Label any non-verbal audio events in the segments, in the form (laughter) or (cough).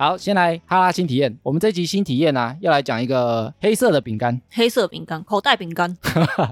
好，先来哈拉新体验。我们这集新体验呢、啊，要来讲一个黑色的饼干。黑色饼干，口袋饼干，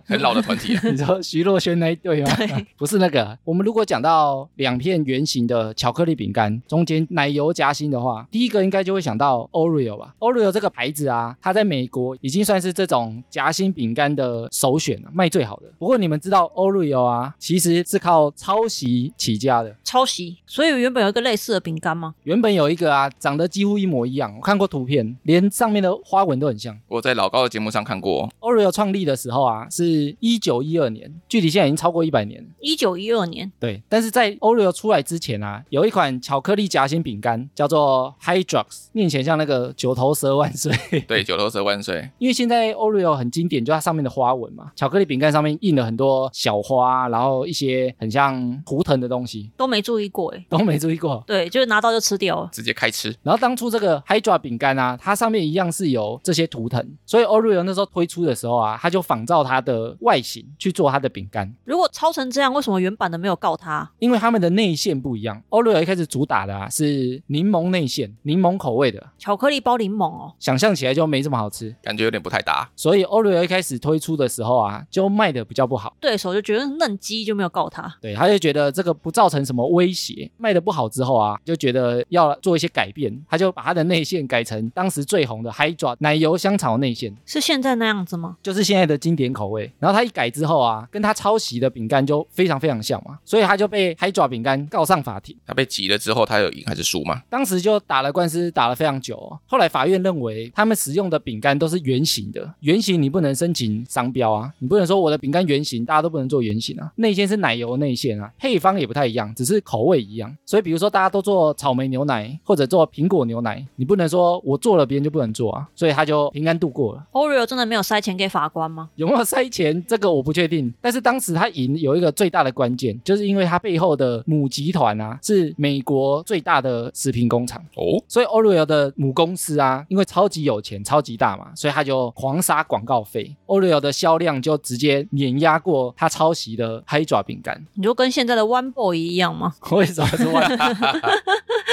很老的团体啊， (laughs) 你说徐若瑄那一对吗？对不是那个。我们如果讲到两片圆形的巧克力饼干，中间奶油夹心的话，第一个应该就会想到 Oreo 吧。Oreo 这个牌子啊，它在美国已经算是这种夹心饼干的首选了，卖最好的。不过你们知道 Oreo 啊，其实是靠抄袭起家的。抄袭。所以原本有一个类似的饼干吗？原本有一个啊，长得几乎一模一样，我看过图片，连上面的花纹都很像。我在老高的节目上看过， Oreo 创立的时候啊，是一九一二年，距离现在已经超过一百年了。一九一二年，对，但是在 Oreo 出来之前啊，有一款巧克力夹心饼干叫做 Hydrox，念起来像那个九头蛇万岁。 (laughs) 对，九头蛇万岁，因为现在 Oreo 很经典，就它上面的花纹嘛，巧克力饼干上面印了很多小花，啊然后一些很像图腾的东西，都没注意过哎。都没注意过。对，就是拿到就吃掉了。直接开吃，然后当初这个 Hydra 饼干啊，它上面一样是有这些图腾，所以 Oreo 那时候推出的时候啊，它就仿照它的外形去做它的饼干。如果抄成这样，为什么原版的没有告他？因为他们的内馅不一样。Oreo 一开始主打的啊是柠檬内馅，柠檬口味的，巧克力包柠檬哦，想象起来就没这么好吃。感觉有点不太搭。所以 Oreo 一开始推出的时候啊，就卖的比较不好。对手就觉得嫩鸡就没有告他。对，他就觉得这个不造成什么威胁，卖的不好之后啊，就觉得要做一些改变，他就把他的内馅改成当时最红的 Hydra 奶油香草内馅，是现在那样子吗？就是现在的经典口味。然后他一改之后啊，跟他抄袭的饼干就非常非常像嘛，所以他就被 Hydra 饼干告上法庭。他被挤了之后，他有赢还是输吗？当时就打了官司，打了非常久、哦。后来法院认为，他们使用的饼干都是圆形的，圆形你不能申请商标啊，你不能说我的饼干圆形，大家都不能做圆形啊。内馅是奶油内馅啊，配方也不太一样，只是口味一样。所以比如说大家都做草莓牛奶或者做苹果牛奶，你不能说我做了别人就不能做啊。所以他就平安度过了。 Oreo 真的没有塞钱给法官吗？有没有塞钱，这个我不确定。但是当时他赢有一个最大的关键，就是因为他背后的母集团啊是美国最大的食品工厂。哦，所以 Oreo 的母公司啊，因为超级有钱、超级大嘛，所以他就狂撒广告费，Oreo 的销量就直接碾压过他抄袭的 Hydra 饼干。你就跟现在的 One Boy 一样吗？ (laughs) 为什么是万？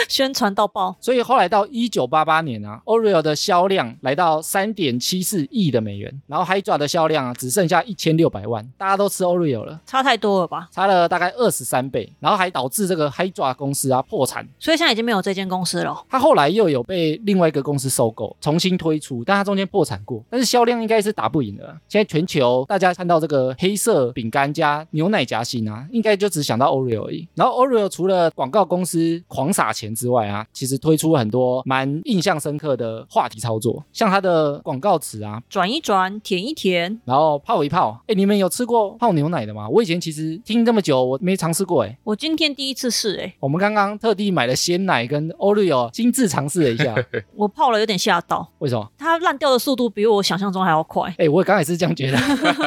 宣传到爆， (laughs) 所以后来到一九八八年啊，Oreo 的销量来到三点七四亿的美元，然后 Hydra 的销量啊只剩下一千六百万，大家都吃 Oreo 了。差太多了吧？差了大概二十三倍，然后还导致这个 Hydra 公司啊破产，所以现在已经没有这间公司了哦。它后来又有被另外一个公司收购，重新推出，但它中间破产过，但是销量应该是打不赢的啦。现在全球大家看到这个黑色饼干加牛奶夹心啊，应该就只想到 Oreo 而已。然后 Oreo 除了广告公司狂撒钱之外啊，其实推出很多蛮印象深刻的话题操作，像它的广告词啊。转一转，舔一舔，然后泡一泡，哎，你们有吃过泡牛奶的吗？我以前其实听这么久，我没尝试过，哎，我今天第一次试欸诶、我们刚刚特地买了鲜奶跟 Oreo，精致尝试了一下，我泡了有点吓到，为什么？它烂掉的速度比我想象中还要快。哎、我刚刚也是这样觉得。 (laughs)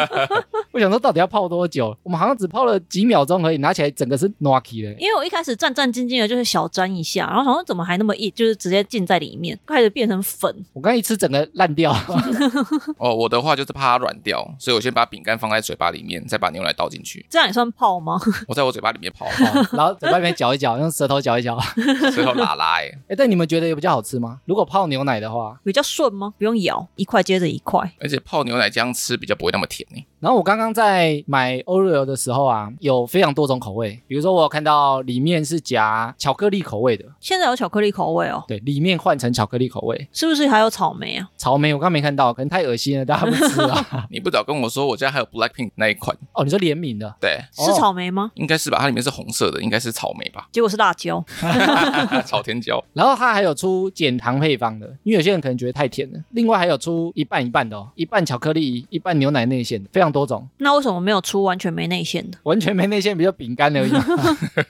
我想说，到底要泡多久？我们好像只泡了几秒钟而已，拿起来整个是 n o k i 的。因为我一开始战战兢兢的，就是小沾一下，然后想说怎么还那么硬，就是直接浸在里面，开始变成粉。我刚一吃，整个烂掉。哦，我的话就是怕它软掉，所以我先把饼干放在嘴巴里面，再把牛奶倒进 (laughs) 去，这样也算泡吗？ (laughs) 我在我嘴巴里面泡，哦然后嘴巴里面搅一搅，用舌头搅一搅。哎、最后拉拉哎，但你们觉得有比较好吃吗？如果泡牛奶的话，比较顺吗？不用咬，一块接着一块。而且泡牛奶这样吃比较不会那么甜欸呢。然后我刚刚在买 Oreo 的时候啊，有非常多种口味，比如说我有看到里面是夹巧克力口味的，现在有巧克力口味哦，对，里面换成巧克力口味。是不是还有草莓啊？草莓我刚没看到，可能太恶心了，大家不吃啊。你不早跟我说，我家还有 Blackpink 那一款， (laughs) 哦，你说联名的，对，是哦草莓吗？应该是吧，它里面是红色的，应该是草莓 (laughs) 吧，结果是辣椒，草天椒。然后它还有出减糖配方的，因为有些人可能觉得太甜了。另外还有出一半一半的哦，一半巧克力，一半牛奶内馅的，非常多种，？那为什么没有出完全没内馅的 (laughs) 完全没内馅，比较饼干而已。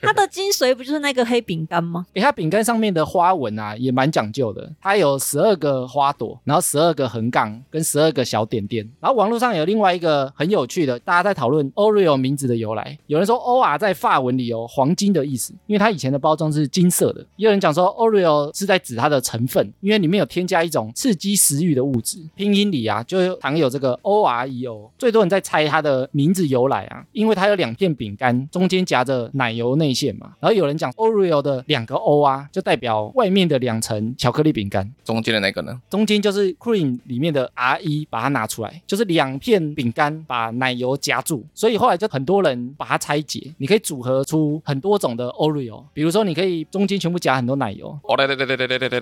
它的精髓不就是那个黑饼干吗？诶，它饼干上面的花纹啊，也蛮讲究的，它有十二个花朵，然后十二个横杠跟十二个小点点。然后网络上有另外一个很有趣的，大家在讨论 Oreo 名字的由来。有人说 OR 在法文里有黄金的意思，因为它以前的包装是金色的；也有人讲说 Oreo 是在指它的成分，因为里面有添加一种刺激食欲的物质。拼音里啊，就常有这个 O R E O。最多人。人在猜它的名字由来啊，因为它有两片饼干，中间夹着奶油内馅嘛。然后有人讲 Oreo 的两个 O 啊，就代表外面的两层巧克力饼干，中间的那个呢？中间就是 cream 里面的 R 一，把它拿出来，就是两片饼干把奶油夹住，所以后来就很多人把它拆解，你可以组合出很多种的 Oreo，比如说你可以中间全部夹很多奶油，哦，对对对对对对对对，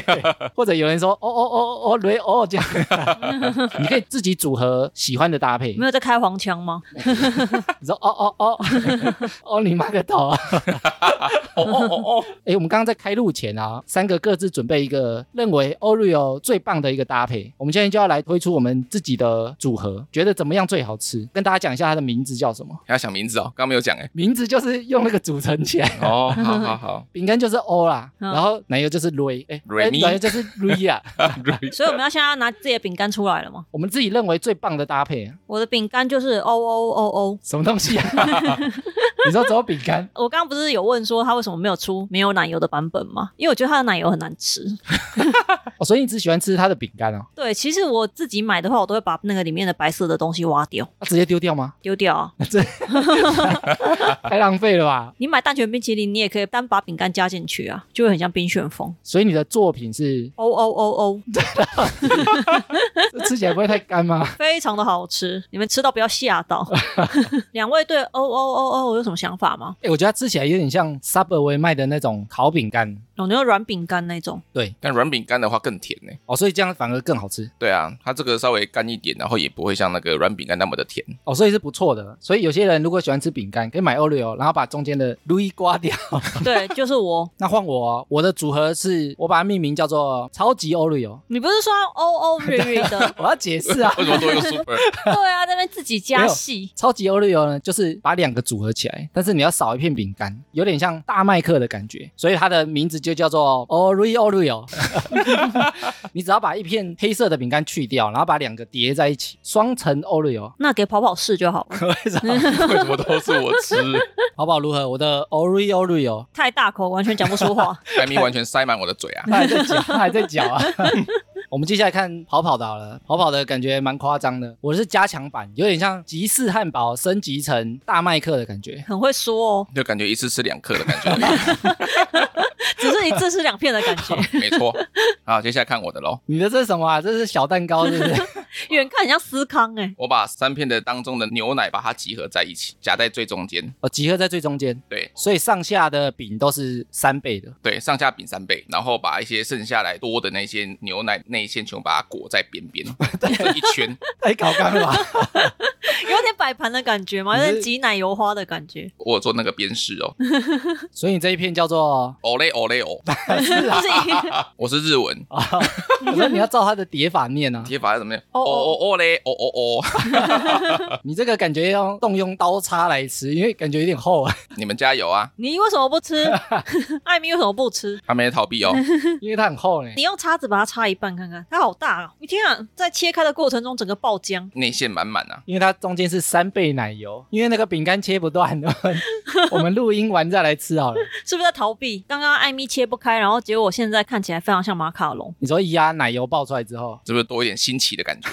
对或者有人说哦哦哦哦雷哦这样，你可以自己组合喜欢的搭配，没有在开黄腔吗？你说哦哦哦 (laughs) 哦你妈个头 (laughs) 啊！哦哦哦哦，诶，我们刚刚在开录前啊，三个各自准备一个认为 Oreo 最棒的一个搭配。我们现在就要来推出我们自己的组合，觉得怎么样最好吃？跟大家讲一下它的名字叫什么？ (laughs) 还要想名字哦，刚刚没有讲哎。名字就是用那个组成起来。 (laughs)，哦，好好 (laughs) 好饼干就是 O 啦，嗯然后奶油就是 Ray，哎， Ray 诶 me 奶油就是 Ray 啊，所以我们要现在要拿自己的饼干出来了吗？我们自己认为最棒的搭配啊，我的饼干就是哦哦哦哦。什么东西啊？你说只有饼干？我刚刚不是有问说他为什么没有出没有奶油的版本吗？因为我觉得它的奶油很难吃。哦，所以你只喜欢吃它的饼干哦？对，其实我自己买的话，我都会把那个里面的白色的东西挖掉，那直接丢掉吗？丢掉啊。 (laughs) 太浪费了吧！你买蛋卷冰淇淋，你也可以单把饼干加进去啊，就会很像冰旋风。所以你的作品是哦哦哦哦，这吃起来不会太干吗？ (laughs) 非常的好吃，你们吃到不要吓到。两位对哦哦哦哦有什么想法吗？哎、我觉得它吃起来有点像 Subway 卖的那种烤饼干有那个哦软饼干那种，但软饼干的话更甜欸呢。哦，所以这样反而更好吃对啊，它这个稍微干一点，然后也不会像那个软饼干那么的甜。，哦，所以是不错的。所以有些人如果喜欢吃饼干，可以买 Oreo，然后把中间的 Louis 刮掉。 (laughs) 对，就是我。那换我哦，我的组合是我把它命名叫做超级 Oreo。你不是说要哦哦瑞瑞 (laughs) 的？我要解释啊为什 (laughs) 么都有 super？对啊，在那边自己加戏。超级 Oreo 呢，就是把两个组合起来，但是你要少一片饼干，有点像大麦克的感觉，所以它的名字就叫做 Oreo Oreo。你 (laughs) 只要把一片黑色的饼干去掉，然后把两个叠在一起，双层 (laughs) Oreo。那给跑跑试就好了，为什么？为什么都是我吃？淘宝如何？我的 Oreo Oreo 太大口完全讲不出话。海米完全塞满我的嘴啊！它还在嚼，它还在嚼 (laughs) 啊。我们接下来看跑跑的好了，跑跑的感觉蛮夸张的，我是加强版，有点像吉士汉堡升级成大麦克的感觉。很会说哦，就感觉一次吃两克的感觉，只是一次是两片的感觉，没 (laughs) 错。好，接下来看我的喽。你的这是什么啊？这是小蛋糕是不 (laughs) 是？远看很像思康哎、我把三片的当中的牛奶把它集合在一起，夹在最中间。哦，集合在最中间，对所以上下的饼都是三倍的。对，上下饼三倍，然后把一些剩下来多的那些牛奶内馅全部把它裹在边 (laughs) 边，这一圈。 (laughs) 太搞纲了吧？有点摆盘的感觉吗？你有是点挤奶油花的感觉，我有做那个边饰 (laughs) 哦， (laughs) 所以你这一片叫 (laughs) 做哦嘞哦嘞哦， (laughs) 就是一我是日文，啊，我说你要照它的叠法念啊。贴法是怎么样？哦哦哦哦哦嘞，哦哦哦，你这个感觉要动用刀叉来吃，因为感觉有点厚啊， (laughs) 你们加油啊！你 (laughs) 为什么不吃？艾米为什么不吃？他没有逃避哦， (laughs) 因为它很厚呢。你用叉子把它叉一半看看，它好大哦！你天啊，在切开的过程中整个爆浆，内馅满满啊。因为它中间是三倍奶油，因为那个饼干切不断，我们我们录音完再来吃好了。是不是在逃避？刚刚艾米切不开，然后结果我现在看起来非常像马卡龙。你说一压奶油爆出来之后，是不是多一点新奇 (laughs) 的感觉？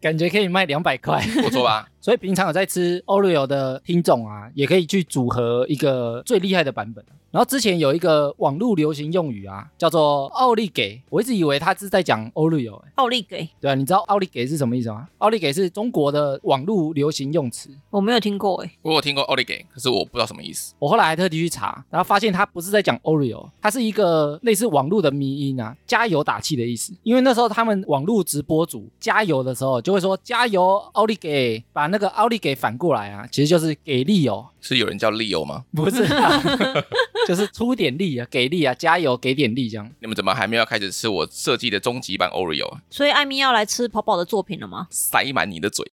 感觉可以卖两百块。不错吧？所以平常有在吃 Oreo 的听众啊，也可以去组合一个最厉害的版本。啊然后之前有一个网络流行用语啊，叫做奥利给，我一直以为他是在讲 Oreo，、欸、奥利给，对啊，你知道奥利给是什么意思吗？奥利给是中国的网络流行用词。我没有听过欸诶、我有听过奥利给，可是我不知道什么意思。我后来还特地去查，然后发现它不是在讲 Oreo，它是一个类似网络的迷音啊，加油打气的意思。因为那时候他们网络直播组加油的时候，就会说加油奥利给，把那个奥利给反过来啊，其实就是给力哦，是有人叫 Leo 吗？ (laughs) 不是、啊，就是出点力啊，给力啊，加油，给点力这样。你们怎么还没有开始吃我设计的终极版 Oreo？啊所以艾米要来吃跑跑的作品了吗？塞满你的嘴。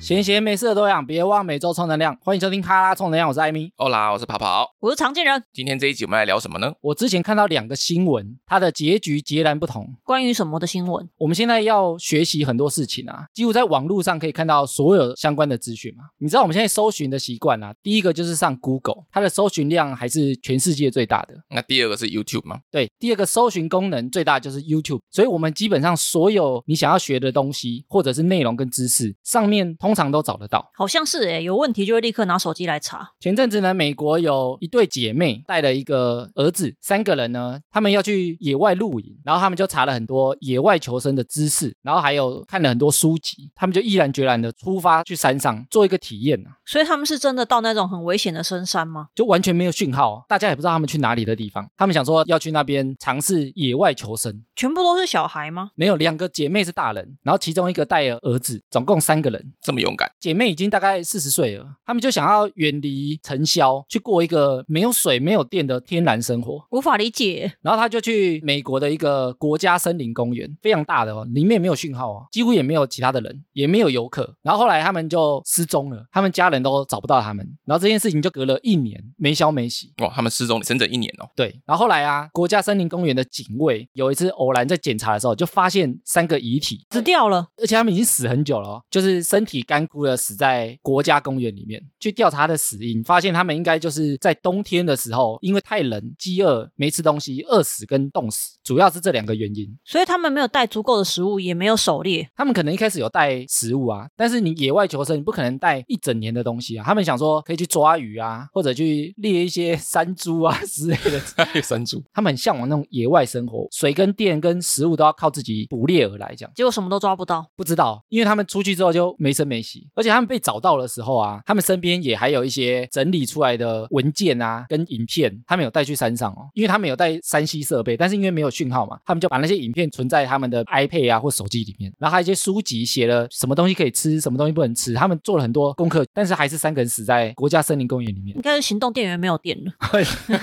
闲闲没事的都养，别忘每周充能量。欢迎收听《哈拉充能量》，我是艾米。欧啦，我是跑跑。哦我是常见人，今天这一集我们来聊什么呢？我之前看到两个新闻，它的结局截然不同。关于什么的新闻？我们现在要学习很多事情啊，几乎在网络上可以看到所有相关的资讯嘛。你知道我们现在搜寻的习惯啊，第一个就是上 Google，它的搜寻量还是全世界最大的。那第二个是 YouTube 吗？对，第二个搜寻功能最大就是 YouTube，所以我们基本上所有你想要学的东西，或者是内容跟知识，上面通常都找得到。好像是诶、欸有问题就会立刻拿手机来查。前阵子呢，美国有一对姐妹带了一个儿子，三个人呢，他们要去野外露营，然后他们就查了很多野外求生的知识，然后还有看了很多书籍，他们就毅然决然的出发去山上做一个体验啊，所以他们是真的到那种很危险的深山吗？就完全没有讯号、啊，大家也不知道他们去哪里的地方，他们想说要去那边尝试野外求生，全部都是小孩吗？没有，两个姐妹是大人，然后其中一个带了儿子，总共三个人。这么勇敢，姐妹已经大概四十岁了，她们就想要远离尘嚣，去过一个没有水、没有电的天然生活。无法理解，欸然后她就去美国的一个国家森林公园，非常大的哦，里面没有讯号哦，几乎也没有其他的人，也没有游客。然后后来他们就失踪了，他们家人都找不到他们。然后这件事情就隔了一年，没消没息。哦哇，他们失踪整整一年 (laughs) 哦。对，然后后来啊，国家森林公园的警卫有一次偶然在检查的时候，就发现三个遗体，死掉了。而且他们已经死很久了、哦，就是身体干枯的死在国家公园里面。去调查他的死因，发现他们应该就是在冬天的时候，因为太冷、饥饿、没吃东西、饿死跟冻死，主要是这两个原因。所以他们没有带足够的食物，也没有狩猎。他们可能一开始有带食物啊，但是你野外求生，你不可能带一整年的东西啊。他们想说可以去抓鱼啊，或者去猎一些 (laughs) 山猪啊之类的。山猪，他们很向往那种野外生活，水跟电跟食物都要靠自己捕猎而来，这样。结果什么都抓不到，不知道，因为他们出去之后就没声没息，而且他们被找到的时候啊，他们身边也还有一些整理出来的文件啊，跟影片，他们有带去山上哦，因为他们有带山西设备，但是因为没有讯号嘛，他们就把那些影片存在他们的 iPad 啊或手机里面，然后还有一些书籍写了什么东西可以吃，什么东西不能吃，他们做了很多功课，但是还是三个人死在国家森林公园里面 (laughs) 应。该是行动电源没有电了， (laughs)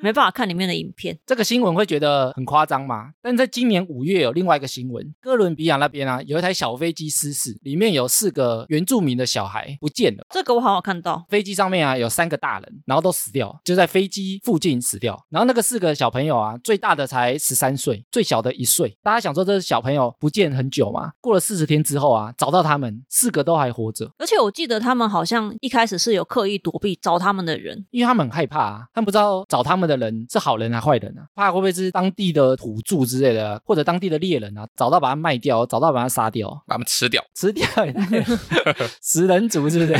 没办法看里面的影片。这个新闻会觉得很夸张吗？但在今年五月有另外一个新闻，哥伦比亚那边啊有一台小飞机失事，里面有四个原住民的小孩不见了。这个我好好看到，飞机上面啊有三个大人，然后都死掉，就在飞机附近死掉。然后那个四个小朋友啊，最大的才十三岁，最小的一岁。大家想说这小朋友不见很久嘛？过了四十天之后啊，找到他们四个都还活着，而且我记得他们好像一开始是有刻意躲避找他们的人，因为他们很害怕啊，他们不知道找他们的人是好人还、是坏人啊，怕会不会是当地的土著之类的啊，或者当地的猎人啊，找到把他卖掉，找到把他杀掉，啊把他们吃掉。吃掉也太 (laughs) 食人族是不 (laughs) 是？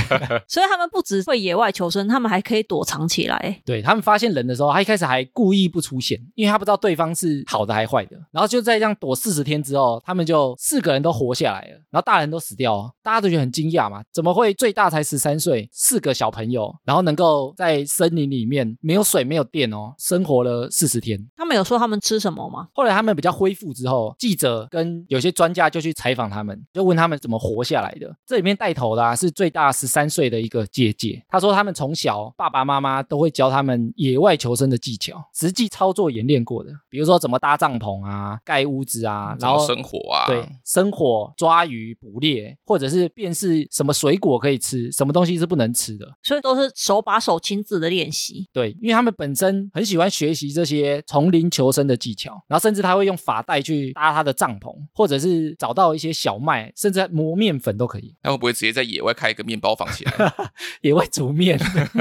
所以他们不只会野外求生，他们还可以躲藏起来。欸对他们发现人的时候，他一开始还故意不出现，因为他不知道对方是好的还坏的。然后就在这样躲四十天之后，他们就四个人都活下来了，然后大人都死掉了，大家都觉得很惊讶嘛，怎么会最大才十三岁，四个小朋友，然后能够在森林里面没有水没有电哦，生活了四十天。他们有说他们吃什么吗？后来他们比较恢复之后，记者跟有些专家就去采访他们，就问他们怎么活下来的。这里面带头的、啊、是最大十三岁的一个姐姐，她说他们从小爸爸妈妈都会教他们野外求生的技巧，实际操作演练过的，比如说怎么搭帐篷啊、盖屋子啊，怎然么后生活啊？对，生火、抓鱼、捕猎，或者是辨识什么水果可以吃，什么东西是不能吃的。所以都是手把手亲自的练习。对，因为他们本身很喜欢学习这些丛林求生的技巧，然后甚至他会用发带去搭他的帐篷，或者是找到一些小麦，甚至磨面粉都可以，那会不会直接在野外开一个面包房起来？ (laughs) 也会煮面。 (laughs)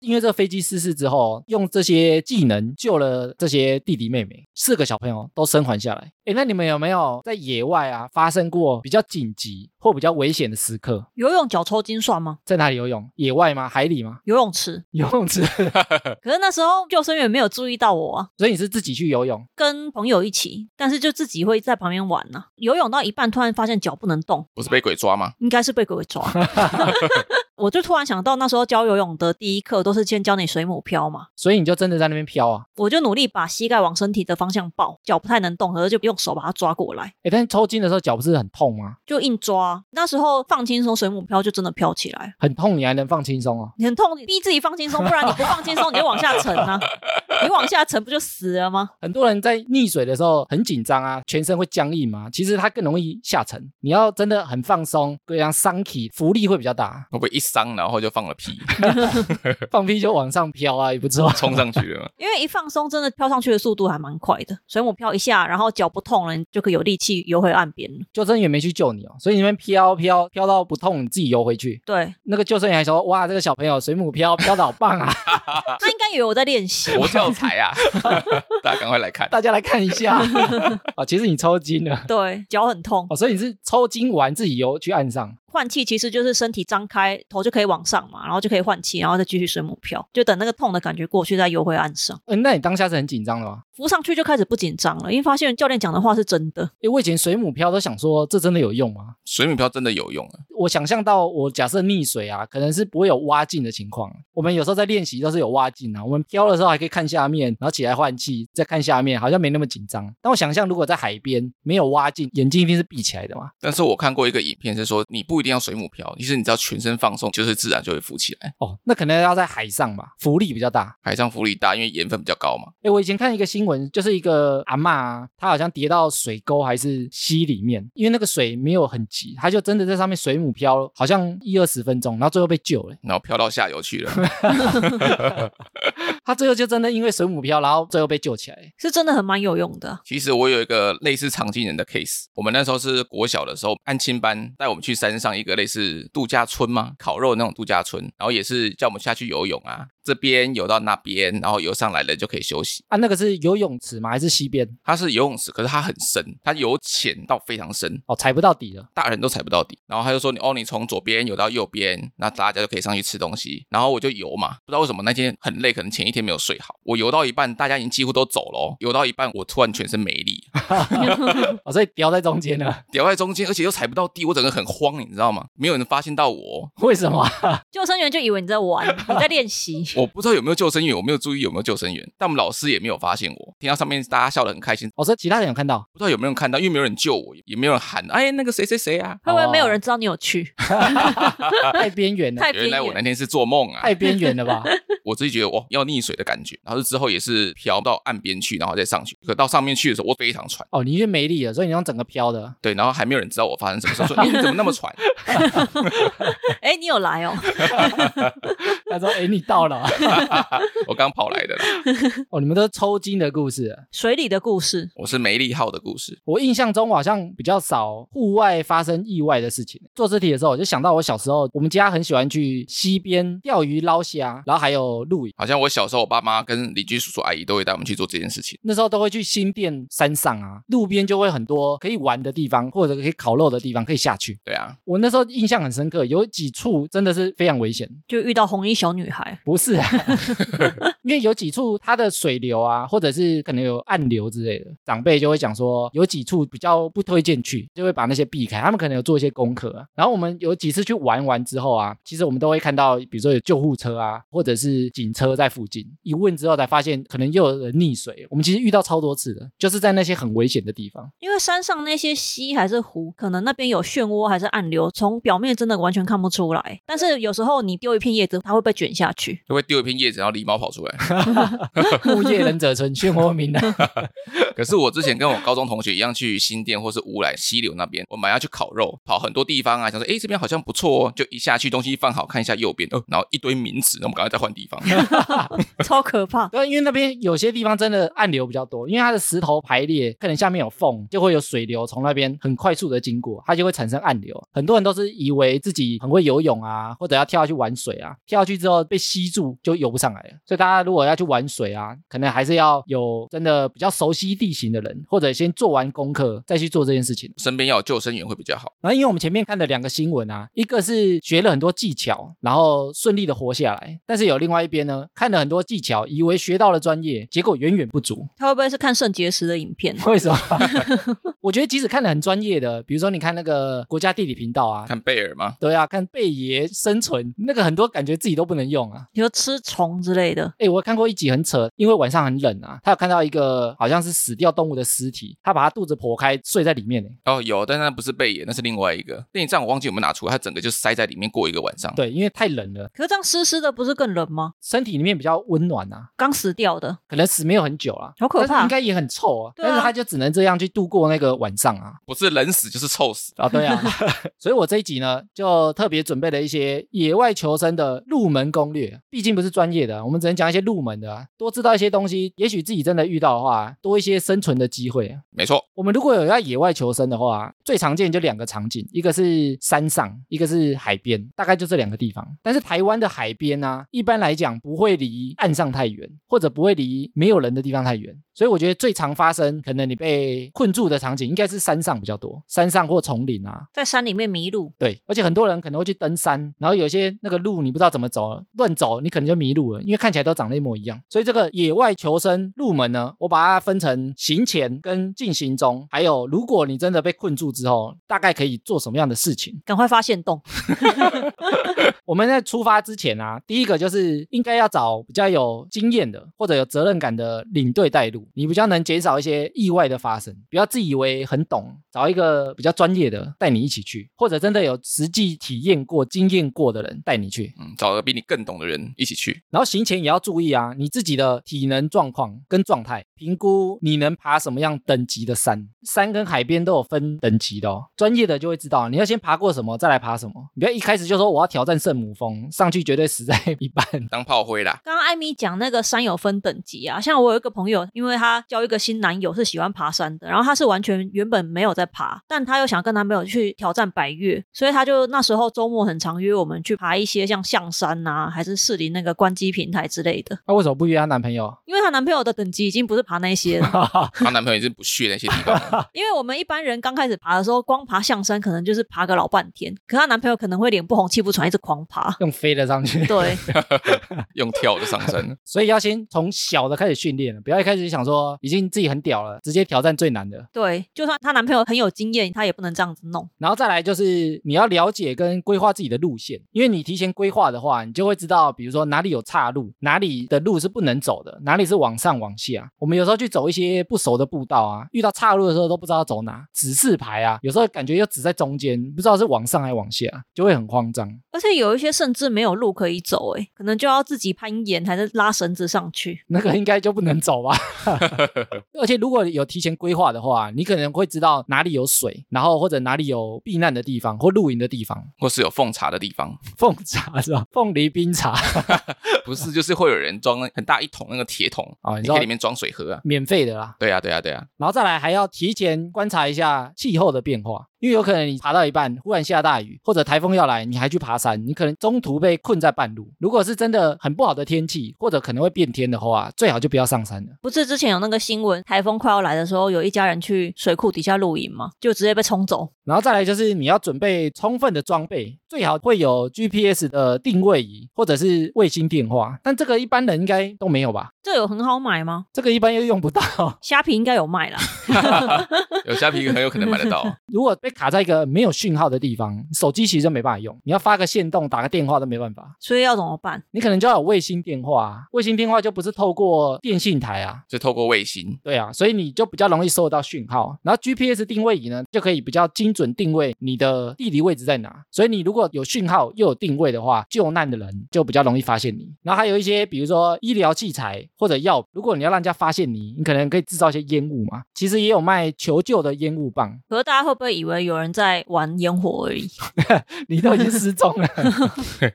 因为这个飞机失事之后，用这些技能救了这些弟弟妹妹，四个小朋友都生还下来。诶，那你们有没有在野外啊发生过比较紧急或比较危险的时刻？游泳脚抽筋算吗？在哪里游泳？野外吗？海里吗？ (laughs) 游泳池，游泳池？ (laughs) 可是那时候救生员没有注意到我啊，所以你是自己去游泳？跟朋友一起，但是就自己会在旁边玩啊呐、游泳到一半，突然发现脚不能动，不是被鬼抓吗？应该是被鬼抓。 (laughs) 我就突然想到那时候教游泳的第一课都是先教你水母漂嘛，所以你就真的在那边飘啊。我就努力把膝盖往身体的方向抱，脚不太能动，可是就用手把它抓过来，哎，但是抽筋的时候脚不是很痛吗？就硬抓。那时候放轻松，水母漂就真的飘起来了。很痛，你还能放轻松哦。你很痛，你逼自己放轻松，不然你不放轻松，你就往下沉啊！你往下沉不就死了吗？很多人在溺水的时候很紧张啊，全身会僵硬嘛，其实它更容易下沉。你要真的很放松，这样伤体浮力会比较大，会不会一伤然后就放了屁，放屁就往上飘啊，也不错。冲上去了 (laughs) 吗？因为一放松，真的飘上去的速度还蛮快的，所以我飘一下，然后脚不痛了，你就可以有力气游回岸边了。救生员没去救你哦，所以你们飘飘飘到不痛，你自己游回去。对，那个救生员还说：“哇，这个小朋友水母漂漂的好棒啊 (laughs) 他应该以为我在练习。国教材啊， (laughs) 大家赶快来看！” 。大家来看一下啊，其实你抽筋了对，脚很痛，哦，所以你是抽筋完自己游去岸上。换气其实就是身体张开，头就可以往上嘛，然后就可以换气，然后再继续水母漂，就等那个痛的感觉过去，再游回岸上。嗯，那你当下是很紧张的吗？浮上去就开始不紧张了，因为发现教练讲的话是真的。因为我以前水母漂都想说这真的有用吗？水母漂真的有用啊，我想象到我假设溺水啊，可能是不会有蛙镜的情况。我们有时候在练习都是有蛙镜啊，我们漂的时候还可以看下面，然后起来换气，再看下面，好像没那么紧张。但我想象如果在海边没有蛙镜，眼睛一定是闭起来的嘛。但是我看过一个影片是说，你不一定要水母漂，其实你只要全身放松，就是自然就会浮起来。哦，那可能要在海上吧，浮力比较大。海上浮力大，因为盐分比较高嘛。诶，我以前看一个新闻，就是一个阿嬷啊，她好像跌到水沟还是溪里面，因为那个水没有很急，她就真的在上面水母漂，好像一二十分钟，然后最后被救了。然后飘到下游去了，她最后就真的因为水母漂，然后最后被救起来。是真的很蛮有用的啊、其实我有一个类似常青人的 case，我们那时候是国小的时候，安亲班带我们去山上一个类似度假村嘛，烤肉的那种度假村，然后也是叫我们下去游泳啊，这边游到那边，然后游上来了就可以休息。啊，那个是游泳池吗？还是溪边？它是游泳池，可是它很深，它由浅到非常深，哦，踩不到底了。大人都踩不到底。然后他就说你哦，你从左边游到右边，那大家就可以上去吃东西。然后我就游嘛，不知道为什么那天很累，可能前一天没有睡好。我游到一半，大家已经几乎都走了哦，游到一半我突然全身没力， (laughs) 哦，所以掉在中间了。掉在中间，而且又踩不到地，我整个很慌，你知道吗？没有人发现到我，哦为什么？啊救生员就以为你在玩，你在练习。我不知道有没有救生员，我没有注意有没有救生员，但我们老师也没有发现我。听到上面大家笑得很开心，我说哦其他人有看到，不知道有没有人看到，因为没有人救我，也没有人喊哎那个谁谁谁啊。会不会没有人知道你有去？太边缘了，太边原来我那缘。天是做梦啊！太边缘了吧？我自己觉得哇，要溺水的感觉，然后之后也是漂到岸边去，然后再上去。可到上面去的时候，我非常喘，哦，你因为没力了，所以你用整个飘的。对，然后还没有人知道我发生什么事，说哎你怎么那么喘？ (laughs) 哎、你有来哦，他说：“哎，你到了。我刚跑来的啦，”哦，你们都是抽筋的故事。啊水里的故事。我是梅利号的故事。我印象中我好像比较少户外发生意外的事情。做这题的时候，我就想到我小时候，我们家很喜欢去溪边钓鱼、捞虾，然后还有露营。好像我小时候，我爸妈跟邻居叔叔阿姨都会带我们去做这件事情。那时候都会去新店山上啊，路边就会很多可以玩的地方，或者可以烤肉的地方，可以下去。对啊，我那时候印象很深刻，有几处真的是非常危险。就遇到红衣小女孩，不是、啊，因为有几处它的水流啊，或者是可能有暗流之类的，长辈就会讲说有几处比较不推荐去，就会把那些避开。他们可能有做一些功课、啊。然后我们有几次去玩完之后啊，其实我们都会看到，比如说有救护车啊，或者是警车在附近。一问之后才发现，可能又有人溺水。我们其实遇到超多次的，就是在那些很危险的地 (laughs) 方。因为山上那些溪还是湖，可能那边有漩涡还是暗流，从表面真的完全看不出来。但是有时候你丢一片叶子，它会被卷下去。就会丢一片叶子，然后狸猫跑出来。 (laughs) 木叶忍者村漩涡鸣啊，可是我之前跟我高中同学一样去新店或是乌来溪流那边，我们要去烤肉，跑很多地方啊，想说哎这边好像不错哦，就一下去东西放好，看一下右边，哦，然后一堆名词，那我们赶快再换地方。 (laughs) 超可怕。对，因为那边有些地方真的暗流比较多，因为它的石头排列，可能下面有缝，就会有水流从那边很快速的经过，它就会产生暗流。很多人都是以为自己很会游泳啊，或者要跳下去玩水啊，跳下去去之后被吸住，就游不上来了。所以大家如果要去玩水啊，可能还是要有真的比较熟悉地形的人，或者先做完功课再去做这件事情。啊身边要有救生员会比较好。然后，因为我们前面看的两个新闻啊，一个是学了很多技巧，然后顺利的活下来；但是有另外一边呢，看了很多技巧，以为学到了专业，结果远远不足。 (laughs) 他会不会是看肾结石的影片？ (laughs) 为什么？我觉得即使看了很专业的，比如说你看那个国家地理频道啊，看贝尔吗？对啊，看贝爷生存那个很多感觉自己都不能用啊。你说吃虫之类的，哎，我看过一集很扯，因为晚上很冷啊，他有看到一个好像是死掉动物的尸体，他把它肚子剖开睡在里面呢。哦，有，但那不是贝爷，那是另外一个电影站，我忘记有没有拿出来，它整个就塞在里面过一个晚上。对，因为太冷了，可是这样湿湿的不是更冷吗？身体里面比较温暖啊，刚死掉的，可能死没有很久啊，好可但是怕应该也很臭啊，对啊但是他就只能这样去度过那个晚上啊。不是冷死就是臭死。啊，对 (laughs) 啊，所以我这一集呢，就特别准备了一些野外求生的入门攻略，毕竟不是专业的，啊我们只能讲一些入门的、啊，多知道一些东西，也许自己真的遇到的话，多一些生存的机会啊。没错，我们如果有要野外求生的话，最常见就两个场景，一个是山上，一个是海边，大概就这两个地方。但是台湾的海边呢、一般来讲不会离岸上太远，或者不会离没有人的地方太远。所以我觉得最常发生可能你被困住的场景，应该是山上比较多，山上或丛林啊。在山里面迷路，对，而且很多人可能会去登山，然后有些那个路你不知道怎么走，乱走你可能就迷路了，因为看起来都长得一模一样。所以这个野外求生入门呢，我把它分成行前跟进行中，还有如果你真的被困住之后，大概可以做什么样的事情。赶快发现洞。我们在出发之前啊，第一个就是应该要找比较有经验的或者有责任感的领队带路，你比较能减少一些意外的发生。不要自以为很懂，找一个比较专业的带你一起去，或者真的有实际体验过、经验过的人带你去。嗯，找个比你更懂的人一起去。然后行前也要注意啊，你自己的体能状况跟状态，评估你能爬什么样等级的山。山跟海边都有分等级的哦，专业的就会知道你要先爬过什么，再来爬什么。你不要一开始就说我要挑战圣母峰，上去绝对死在 (laughs) 一半。当炮灰啦，刚刚艾米讲那个山有分等级啊，像我有一个朋友，因为他交一个新男友是喜欢爬山的，然后他是完全原本没有在爬，但他又想跟男朋友去挑战百越，所以他就那时候周末很常约我们去爬一些像象山啊，还是士林那个关机平台之类的。那、为什么不约她男朋友？ (laughs) 因为她男朋友的等级已经不是爬那些了，她男朋友已经不屑那些地方了。因为我们一般人刚开始爬的时候，光爬象山可能就是爬个老半天，可她男朋友可能会脸不红气不喘，一直狂爬。用飞的上去。 (laughs) 对，用跳的上身，所以要先从小的开始训练，不要一开始就想说已经自己很屌了，直接挑战最难的。对，就算她男朋友很有经验，她也不能这样子弄。然后再来就是你要了解跟规划自己的路线，因为你提前规划的话，你就会知道，比如说哪里有岔路，哪里的路是不能走的，哪里是往上往下。我们有时候去走一些不熟的步道啊，遇到岔路的时候都不知道要走哪，指示牌啊，有时候感觉又指在中间，不知道是往上还是往下，就会很慌张。而且有一些甚至没有路可以走、欸，可能就要自己攀岩，还是拉绳子上去。那个应该就不能走吧。 (laughs) 而且如果有提前规划的话，你可能会知道哪里有水，然后或者哪里有避难的地方或露营的地方。 (laughs) 或是有奉茶的地方，凤茶是吧？凤梨冰茶不是就是会有人装很大一桶那个铁桶，啊，你你知道可以里面装水喝啊。免费的啦。对啊，对啊，对啊， (laughs) 然后再来还要提前观察一下气候的变化，因为有可能你爬到一半忽然下大雨，或者台风要来，你还去爬山，你可能中途被困在半路。如果是真的很不好的天气，或者可能会变天的话，最好就不要上山了。不是之前有那个新闻，台风快要来的时候，有一家人去水库底下露营嘛，就直接被冲走。然后再来就是你要准备充分的装备，最好会有 GPS 的定位仪或者是卫星电话，但这个一般人应该都没有吧？这有很好买吗？这个一般又用不到。虾皮应该有卖啦。有虾皮很有可能买得到。啊如果被卡在一个没有讯号的地方，手机其实就没办法用，你要发个线动、打个电话都没办法。所以要怎么办？你可能就要有卫星电话啊，卫星电话就不是透过电信台啊，就透过卫星，对啊，所以你就比较容易收到讯号。啊然后 GPS 定位仪呢，就可以比较精准定位你的地理位置在哪。所以你如果有讯号又有定位的话，救难的人就比较容易发现你。然后还有一些，比如说医疗器材或者药，如果你要让人家发现你，你可能可以制造一些烟雾嘛。其实也有卖求救的烟雾棒， (laughs) 可是大家会不会以为有人在玩烟火而已？你都已经失踪了。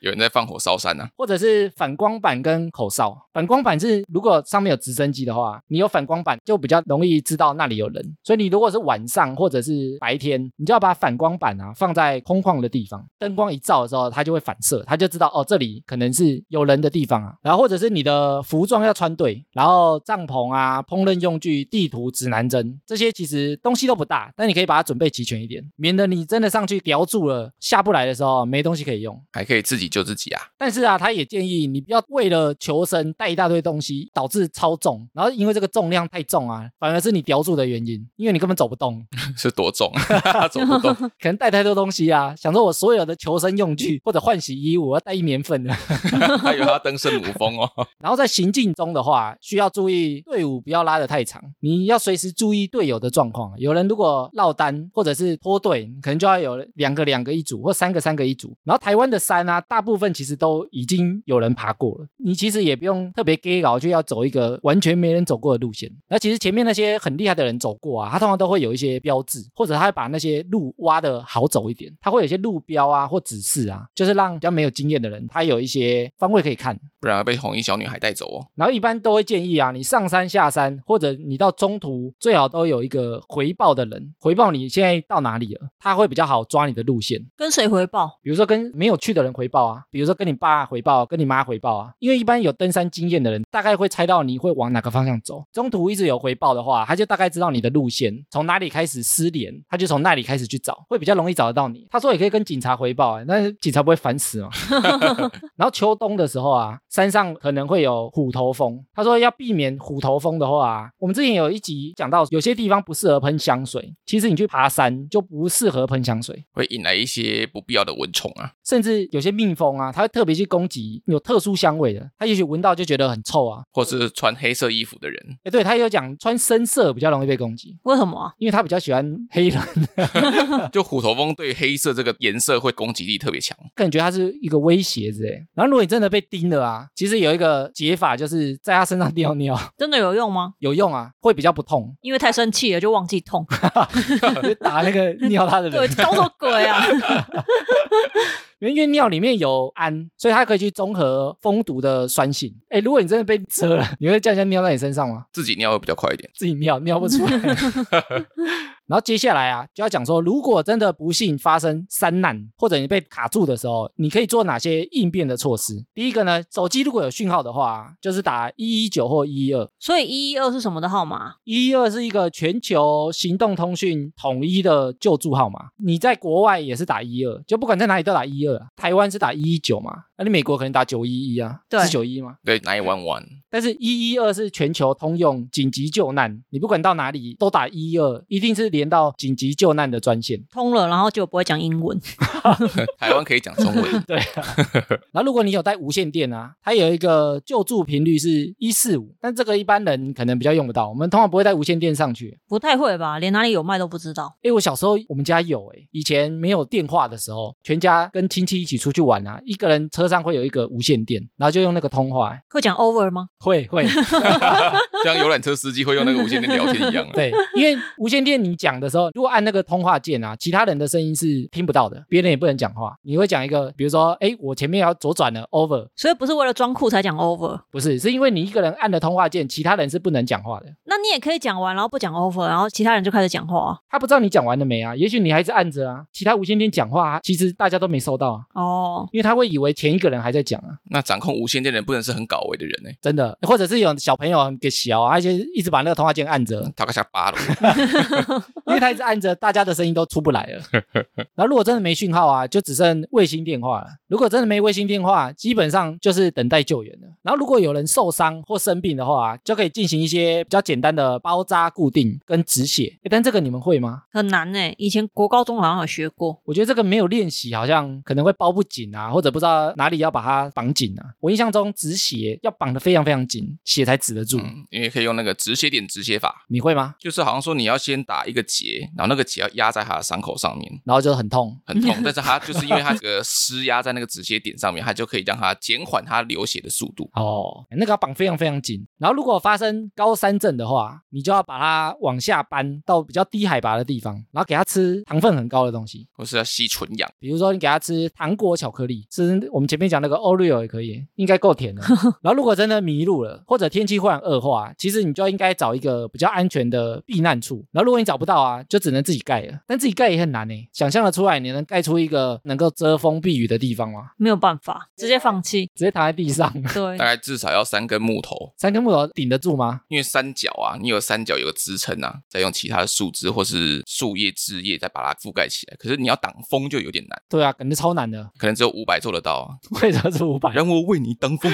有人在放火烧山啊。或者是反光板跟口哨。反光板是如果上面有直升机的话，你有反光板就比较容易知道那里有人。所以你如果是晚上或者是白天，你就就要把反光板啊放在空旷的地方，灯光一照的时候，它就会反射，它就知道哦，这里可能是有人的地方啊。然后或者是你的服装要穿对，然后帐篷啊、烹饪用具、地图、指南针这些其实东西都不大，但你可以把它准备齐全一点，免得你真的上去叼住了下不来的时候没东西可以用。还可以自己救自己啊。但是啊，他也建议你不要为了求生带一大堆东西，导致超重，然后因为这个重量太重啊，反而是你叼住的原因，因为你根本走不动， (laughs) 是多重，啊 (laughs) 走不动，可能带太多东西啊，想说我所有的求生用具或者换洗衣物，我要带一年份的。还以为他登圣母峰哦。然后在行进中的话，需要注意队伍不要拉得太长，你要随时注意队友的状况。有人如果落单或者是脱队，可能就要有两个两个一组或三个三个一组。然后台湾的山啊，大部分其实都已经有人爬过了，你其实也不用特别 gay 搞，就要走一个完全没人走过的路线。那其实前面那些很厉害的人走过啊，他通常都会有一些标志，或者他会把那些路挖的好走一点，他会有一些路标啊或指示啊，就是让比较没有经验的人他有一些方位可以看。不然被红衣小女孩带走哦。然后一般都会建议啊，你上山下山，或者你到中途最好都有一个回报的人，回报你现在到哪里了，他会比较好抓你的路线。跟谁回报？比如说跟没有去的人回报啊，比如说跟你爸回报，跟你妈回报啊，因为一般有登山经验的人，大概会猜到你会往哪个方向走。中途一直有回报的话，他就大概知道你的路线，从哪里开始失联，他就从那里开始去找，会比较容易找得到你。他说也可以跟警察回报、啊，但是警察不会烦死吗？哦然后秋冬的时候啊，山上可能会有虎头蜂。他说要避免虎头蜂的话、啊，我们之前有一集讲到，有些地方不适合喷香水。其实你去爬山就不适合喷香水，会引来一些不必要的蚊虫啊。甚至有些蜜蜂啊，它会特别去攻击有特殊香味的，它也许闻到就觉得很臭啊。或是穿黑色衣服 (laughs) 的人，哎，对，他有讲穿深色比较容易被攻击，为什么啊？因为他比较喜欢黑人， (laughs) 就虎头蜂对黑色这个颜色会攻击力特别强。感觉它是一个威胁之类。然后如果你真的被叮了啊，其实有一个解法就是在它身上尿尿， (laughs) 真的有用吗？有用啊，会比较不痛， (laughs) 因为太生气了就忘记痛。就打那个尿它的人对，。搞什么鬼啊？ (laughs) 因为尿里面有氨，所以它可以去中和蜂毒的酸性。哎，如果你真的被蛰了，你会叫人家尿在你身上吗？自己尿会比较快一点。自己尿尿不出来。 (laughs) 然后接下来啊，就要讲说，如果真的不幸发生山难，或者你被卡住的时候，你可以做哪些应变的措施？第一个呢，手机如果有讯号的话，就是打一一九或一一二。所以一一二是什么的号码？一一二是一个全球行动通讯统一的救助号码，你在国外也是打一二，就不管在哪里都打一二、啊。台湾是打一一九嘛，那你美国可能打九一一啊，对是九一吗？对，nine one one，但是，一一二是全球通用紧急救难，你不管到哪里都打一二，一定是连到紧急救难的专线。，通了，然后就不会讲英文。台湾可以讲中文 (laughs) 对、啊，然后如果你有带无线电啊，它有一个救助频率是一四五，但这个一般人可能比较用不到，我们通常不会带无线电上去。不太会吧？连哪里有卖都不知道。诶，我小时候我们家有诶、以前没有电话的时候，全家跟亲戚一起出去玩啊，一个人车上会有一个无线电，然后就用那个通话、诶会讲 over 吗？会会，就像游览车司机会用那个无线电聊天一样、啊。 (laughs) 对，因为无线电你讲的时候，如果按那个通话键啊，其他人的声音是听不到的，别人也不能讲话。你会讲一个，比如说，哎，我前面要左转了，over，所以不是为了装酷才讲 over。不是，是因为你一个人按了通话键，其他人是不能讲话的。那你也可以讲完，然后不讲 over，然后其他人就开始讲话。他不知道你讲完了没啊？也许你还是按着啊，其他无线电讲话啊，其实大家都没收到啊，哦，因为他会以为前一个人还在讲啊，那掌控无线电的人不能是很搞位的人呢、欸，真的，或者是有小朋友很给小啊，而且一直把那个通话键按着，他个下 (laughs) 巴了，因为他一直按着，大家的声音都出不来了。然后如果真的没讯号啊，就只剩卫星电话了。如果真的没卫星电话，基本上就是等待救援了。然后如果有人受伤或生病的话、啊，就可以进行一些比较简单的包扎固定跟止血。诶但这个你们会吗？很难呢、欸以前国高中好像有学过，我觉得这个没有练习，好像可能会包不紧啊，或者不知道哪里要把它绑紧啊。我印象中止血要绑得非常非常紧，血才止得住。嗯，因为可以用那个止血点止血法，你会吗？就是好像说你要先打一个结，然后那个结要压在他的伤口上面，然后就很痛。很痛， (laughs) 但是他就是因为他这个施压在那个止血点上面，他就可以让他减缓他流血的速度。哦，那个要绑非常非常紧。然后如果发生高山症的话，你就要把它往下搬到比较低海拔的地方，然后给它吃糖分很高的东西，或是要吸纯氧，比如说你给它吃糖果巧克力，是我们前面讲那个 Oreo 也可以，应该够甜的。然后如果真的迷路了，或者天气忽然恶化，其实你就应该找一个比较安全的避难处。然后如果你找不到啊，就只能自己盖了，但自己盖也很难呢、想象得出来，你能盖出一个能够遮风避雨的地方吗？没有办法，直接放弃。直接躺在地上， (laughs) 对大，概至少要三根木头，三根木头顶得住吗？因为三角啊，你有三角有个支撑啊，再用其他的树枝或是树叶、枝叶再把它覆盖起来。可是你要挡风就有点难，对啊，感觉超难的，可能只有五百做得到啊。 (laughs) 为什么是五百？让我为你 (laughs) 挡风。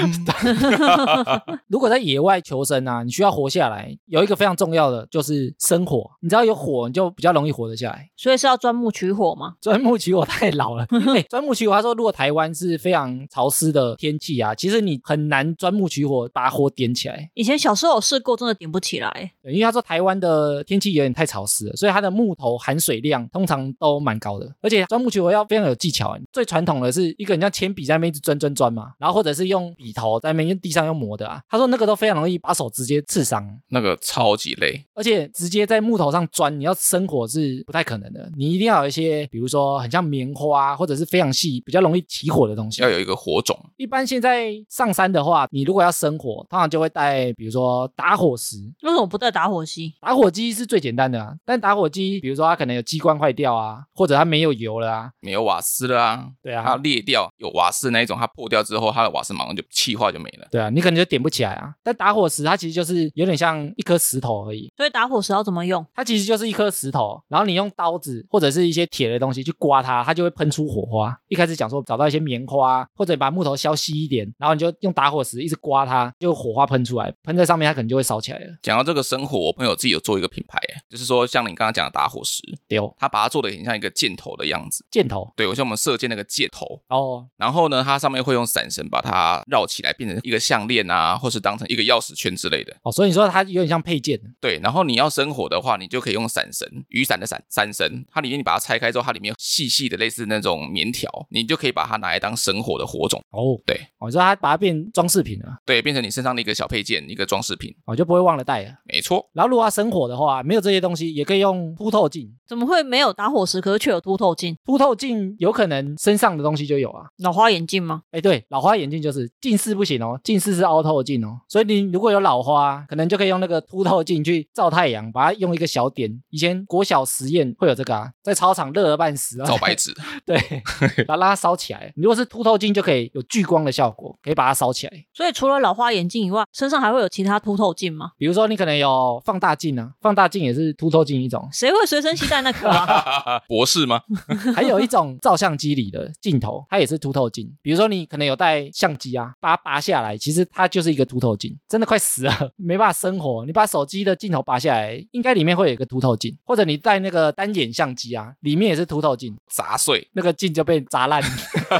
如果在野外求生啊，你需要活下来，有一个非常重要的就是生火。你只要有火，你就比较容易活得下来。 (laughs) 所以是要钻木取火嘛。钻木取火太老了，哎钻木取火。他说，如果台湾是非常潮湿的天气啊，其实你很难钻木取火把火点起来。以前小时候有试过，真的点不起来。欸对因为他说台湾的天气有点太潮湿了，所以它的木头含水量通常都蛮高的，而且钻木取火要非常有技巧。啊最传统的是一个人像铅笔在那边一直钻钻钻嘛，然后或者是用笔头在那边用地上用磨的啊。他说那个都非常容易把手直接刺伤，那个超级累，而且直接在木头上钻，你要生火是不太可能的，你一定要有一些，比如说很像棉花或者是非常细、比较容易起火的东西要。有一个火种，一般现在上山的话，你如果要生火，通常就会带，比如说打火石，为什么不带打火机？打火机是最简单的啊，但打火机，比如说它可能有机关坏掉啊，或者它没有油了啊，没有瓦斯了啊，对它啊，裂掉有瓦斯那一种，它破掉之后，它的瓦斯马上就气化就没了。对啊，你可能就点不起来啊。但打火石它其实就是有点像一颗石头而已，所以打火石要怎么用？它其实就是一颗石头，然后你用刀子或者是一些铁的东西去刮它，它就会喷出火花。一开始讲说找到一些棉花，或者把木头削细一点，然后你就用打火石一直刮它，就火花喷出来，喷在上面它可能就会烧起来了。讲到这个生火，我朋友自己有做一个品牌，欸就是说像你刚刚讲的打火石，丢他把它做的很像一个箭头的样子。箭头对，我像我们射箭那个箭头，哦，然后呢，它上面会用伞绳把它绕起来，变成一个项链啊，或是当成一个钥匙圈之类的。哦，所以你说它有点像配件，对，然后你要生火的话，你就可以用伞绳，雨伞的伞，伞绳，它里面你把它拆开之后，它里面有细细的类似那种棉条，你就可以把它拿来当生火的火种，哦，对，我、哦、你说它把它变装饰品了，对，变成你身上的一个小配件，一个装饰品。我、就不会忘了带了。(laughs) 没错，然后如果要生火的话，没有这些东西，也可以用凸透镜。怎么会没有打火石，可是却有凸透镜？凸透镜有可能身上的东西就有啊。老花眼镜吗？哎，对，老花眼镜就是近视不行哦，近视是凹透镜哦。所以你如果有老花，可能就可以用那个凸透镜去照太阳，把它用一个小点。以前国小实验会有这个啊，在操场热了半死啊，照白纸，对，然后让它烧起来。你如果是凸透镜，就可以有聚光的效果，可以把它烧起来。所以除了老花眼镜以外，身上还会有其他凸透镜吗？，比如说你可能有放大镜啊，放大镜也是凸透镜一种谁会随身携带那个啊？ (laughs) 博士吗？还有一种照相机里的镜头，它也是凸透镜。比如说你可能有带相机啊，把它拔下来，其实它就是一个凸透镜。真的快死了， (laughs) 没办法生活。你把手机的镜头拔下来，应该里面会有一个凸透镜，或者你带那个单眼相机啊，里面也是凸透镜，砸碎，那个镜就被砸烂。 (laughs)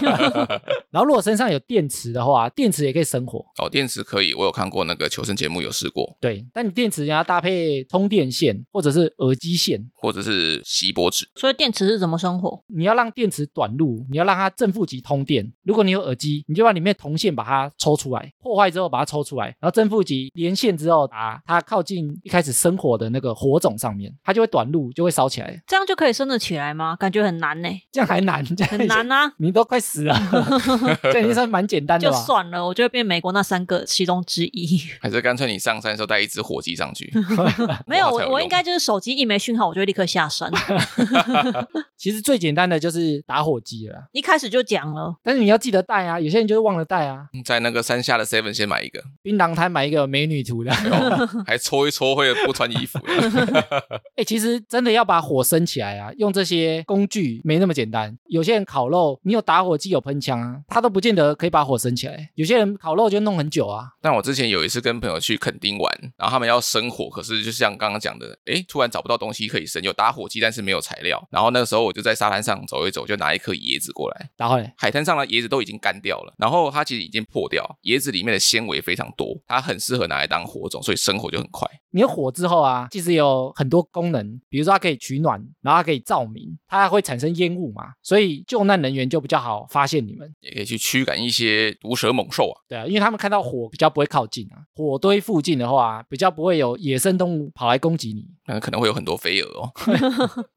然后如果身上有电池的话，电池也可以生火。哦，电池可以，我有看过那个求生节目有试过，对，但你电池你要搭配充电线或者是耳机线，或者是锡箔纸，所以电池是怎么生火？你要让电池短路，你要让它正负极通电。如果你有耳机，你就把里面铜线把它抽出来，破坏之后把它抽出来，然后正负极连线之后，把它靠近一开始生火的那个火种上面，它就会短路，就会烧起来。这样就可以升得起来吗？感觉很难呢、这样还难，这样。很， (laughs) 难啊你都快死了， (laughs) 这已经算蛮简单的就吧？算了，我就会变美国那三个其中之一。 (laughs) 还是干脆你上山的时候带一只火机上去，没有，才有我我用应该就是手机一没讯号，我就会立刻下 (laughs) 山。其实最简单的就是打火机了啦，一开始就讲了，但是你要记得带啊，有些人就是忘了带啊。在那个山下的 Seven 先买一个，槟榔摊买一个有美女图的，哎呦还搓一搓会不穿衣服。 (laughs) 哎、其实真的要把火升起来啊，用这些工具没那么简单。有些人烤肉，你有打火机有喷枪啊，他都不见得可以把火升起来。有些人烤肉就弄很久啊，但我之前有一次跟朋友去垦丁玩，然后他们要生火，可是就像刚刚讲的，诶，突然找不到东西可以生，有打火机，但是没有材料。然后那个时候我就在沙滩上走一走，就拿一颗椰子过来。然后嘞，海滩上的椰子都已经干掉了，然后它其实已经破掉，椰子里面的纤维非常多，它很适合拿来当火种，所以生火就很快。你有火之后啊，其实有很多功能，比如说它可以取暖，然后它可以照明，它会产生烟雾嘛，所以救难人员就比较好发现你们。也可以去驱赶一些毒蛇猛兽啊。对啊，因为他们看到火比较不会靠近啊，火堆附近的话比较不会有野生动物跑来攻击你。那可能会有很多飞蛾哦，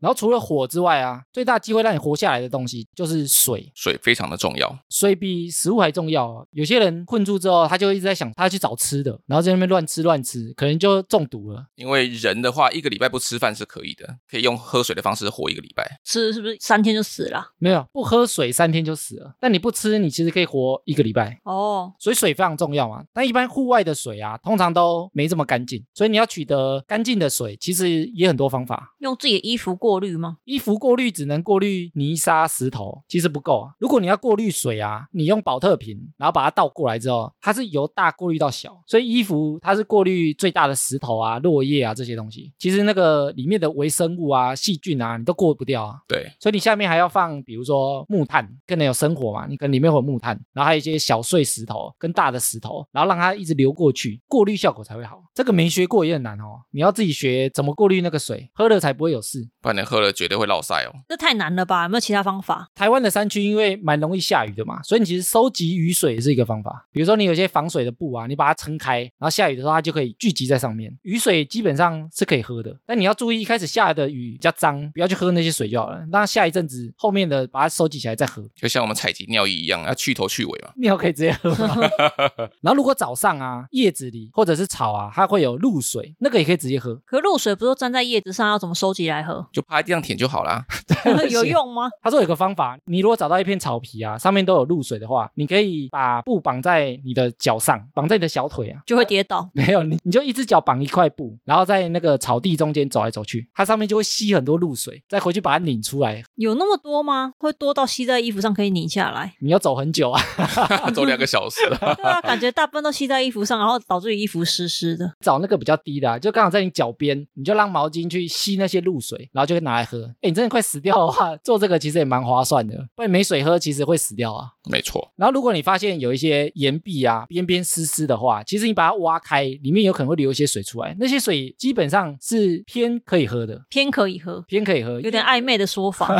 然后除了火之外啊，最大机会让你活下来的东西就是水，水非常的重要。水比食物还重要啊。有些人困住之后，他就一直在想他要去找吃的，然后在那边乱吃乱吃，可能就中毒了。因为人的话，一个礼拜不吃饭是可以的，可以用喝水的方式活一个礼拜。吃是不是三天就死了？没有不喝水三天就死了，但你不吃，你其实可以活一个礼拜。哦，所以水非常重要嘛。但一般户外的水啊，通常都没这么干净，所以你要取得干净的水，其实也很多方法。用自己的衣服过滤吗？衣服过滤只能过滤泥沙、石头，其实不够啊。如果你要过滤水啊，你用保特瓶，然后把它倒过来之后，它是由大过滤到小，所以衣服它是过滤最大的石头啊、落叶啊这些东西。其实那个里面的微生物啊、细菌啊，你都过不掉啊。对，所以你下面还要放，比如说木炭，更能有生火嘛，你可能里面会有木炭，然后还有一些小碎石头跟大的石头，然后让它一直流过去，过滤效果才会好。这个没学过也很难哦，你要自己学怎么过滤那个水，喝了才不会有事。不然你喝了绝对会落晒哦。这太难了吧？有没有其他方法？台湾的山区因为蛮容易下雨的嘛，所以你其实收集雨水也是一个方法。比如说你有些防水的布啊，你把它撑开，然后下雨的时候它就可以聚集在上面。雨水基本上是可以喝的，但你要注意一开始下的雨比较脏，不要去喝那些水就好了。让它下一阵子后面的把它收集起来再喝。 (laughs) 就像我们采集尿液一样，要去头去尾嘛。尿可以直接喝吗。然后如果早上啊，叶子里或者是草啊，它会有露水，那个也可以直接喝，可露水不是都粘在叶子上，要怎么收集来 (laughs) 喝？就趴在地上舔就好啦。 (laughs) 有用吗？他说有个方法，你如果找到一片草皮啊，上面都有露水的话，你可以把布绑在你的脚上，绑在你的小腿啊。就会跌倒。 (laughs) 没有你，你就一只脚绑一块布，然后在那个草地中间走来走去，它上面就会吸很多露水，再回去把它拧出来。有那么多吗？会多到吸在衣服上可以拧下来？你要走很久啊， (laughs) 走两个小时了， (laughs) 对啊，感觉大部分都吸在衣服上，然后导致衣服湿湿的。找那个比较低的、啊，就刚好在你脚边，你就让毛巾去吸那些露水，然后就拿来喝。哎，你真的快死掉的话，做这个其实也蛮划算的，不然没水喝其实会死掉啊。没错，然后，如果你发现有一些岩壁啊，边边湿湿的话，其实你把它挖开，里面有可能会流一些水出来。那些水基本上是偏可以喝的，偏可以喝，偏可以喝，有点暧昧的说法。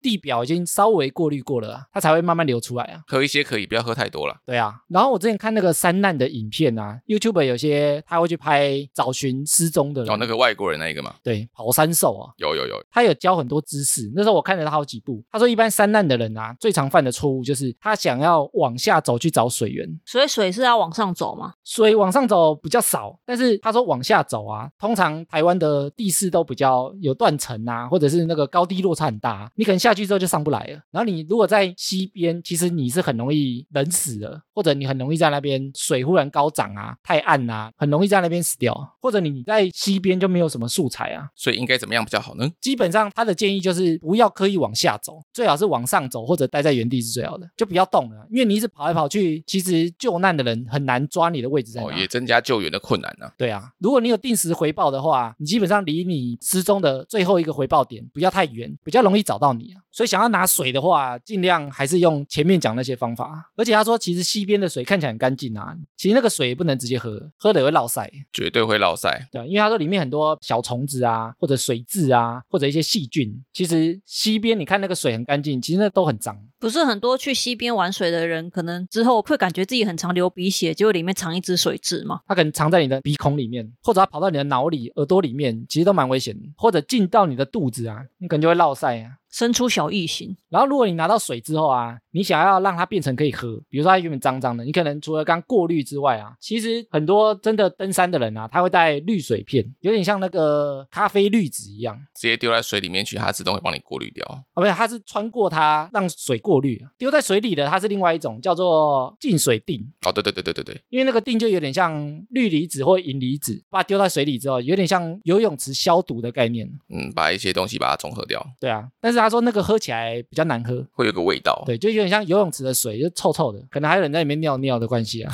地表已经稍微过滤过了啊，它才会慢慢流出来啊。喝一些可以，不要喝太多了。对啊，然后我之前看那个山难的影片啊，YouTube 有些他会去拍找寻失踪的人，哦，那个外国人那一个嘛，对跑山兽啊，有有有，他有教很多知识。那时候我看了他好几部，他说一般山难的人啊，最常犯的错误就是他想要往下走去找水源，所以水是要往上走嘛？所以往上走比较少，但是他说往下走啊，通常台湾的地势都比较有断层啊，或者是那个高低落差很大啊、你可能下去之后就上不来了。然后你如果在西边，其实你是很容易冷死的，或者你很容易在那边水忽然高涨啊，太暗啊，很容易在那边死掉啊，或者你在西边就没有什么素材啊。所以应该怎么样比较好呢？基本上他的建议就是不要刻意往下走，最好是往上走或者待在原地是最好的，就不要动了，因为你一直跑来跑去，其实救难的人很难抓你的位置在哪。哦，也增加救援的困难呢、对啊，如果你有定时回报的话，你基本上离你失踪的最后一个回报点不要太远，比较容易找到你啊。所以想要拿水的话，尽量还是用前面讲那些方法啊。而且他说，其实西边的水看起来很干净啊，其实那个水也不能直接喝，喝了也会落腮。绝对会落塞。对啊，因为他说里面很多小虫子啊，或者水蛭啊，或者一些细菌。其实西边你看那个水很干净，其实那都很脏。不是很多去溪边玩水的人，可能之后会感觉自己很常流鼻血，结果里面藏一只水蛭嘛。它可能藏在你的鼻孔里面，或者它跑到你的脑里、耳朵里面，其实都蛮危险的。或者进到你的肚子啊，你可能就会落腮啊。伸出小异形，然后，如果你拿到水之后啊，你想要让它变成可以喝，比如说它原本脏脏的，你可能除了刚过滤之外啊，其实很多真的登山的人啊，他会带滤水片，有点像那个咖啡滤纸一样直接丢在水里面去，它自动会帮你过滤掉。啊，不是，它是穿过它让水过滤啊，丢在水里的它是另外一种叫做浸水锭，哦，对对对对对对，因为那个锭就有点像氯离子或银离子，把它丢到水里之后，有点像游泳池消毒的概念，嗯，把一些东西把它中和掉，对啊，但是他说那个喝起来比较难喝，会有个味道。对，就有点像游泳池的水，就臭臭的，可能还有人在里面尿尿的关系啊。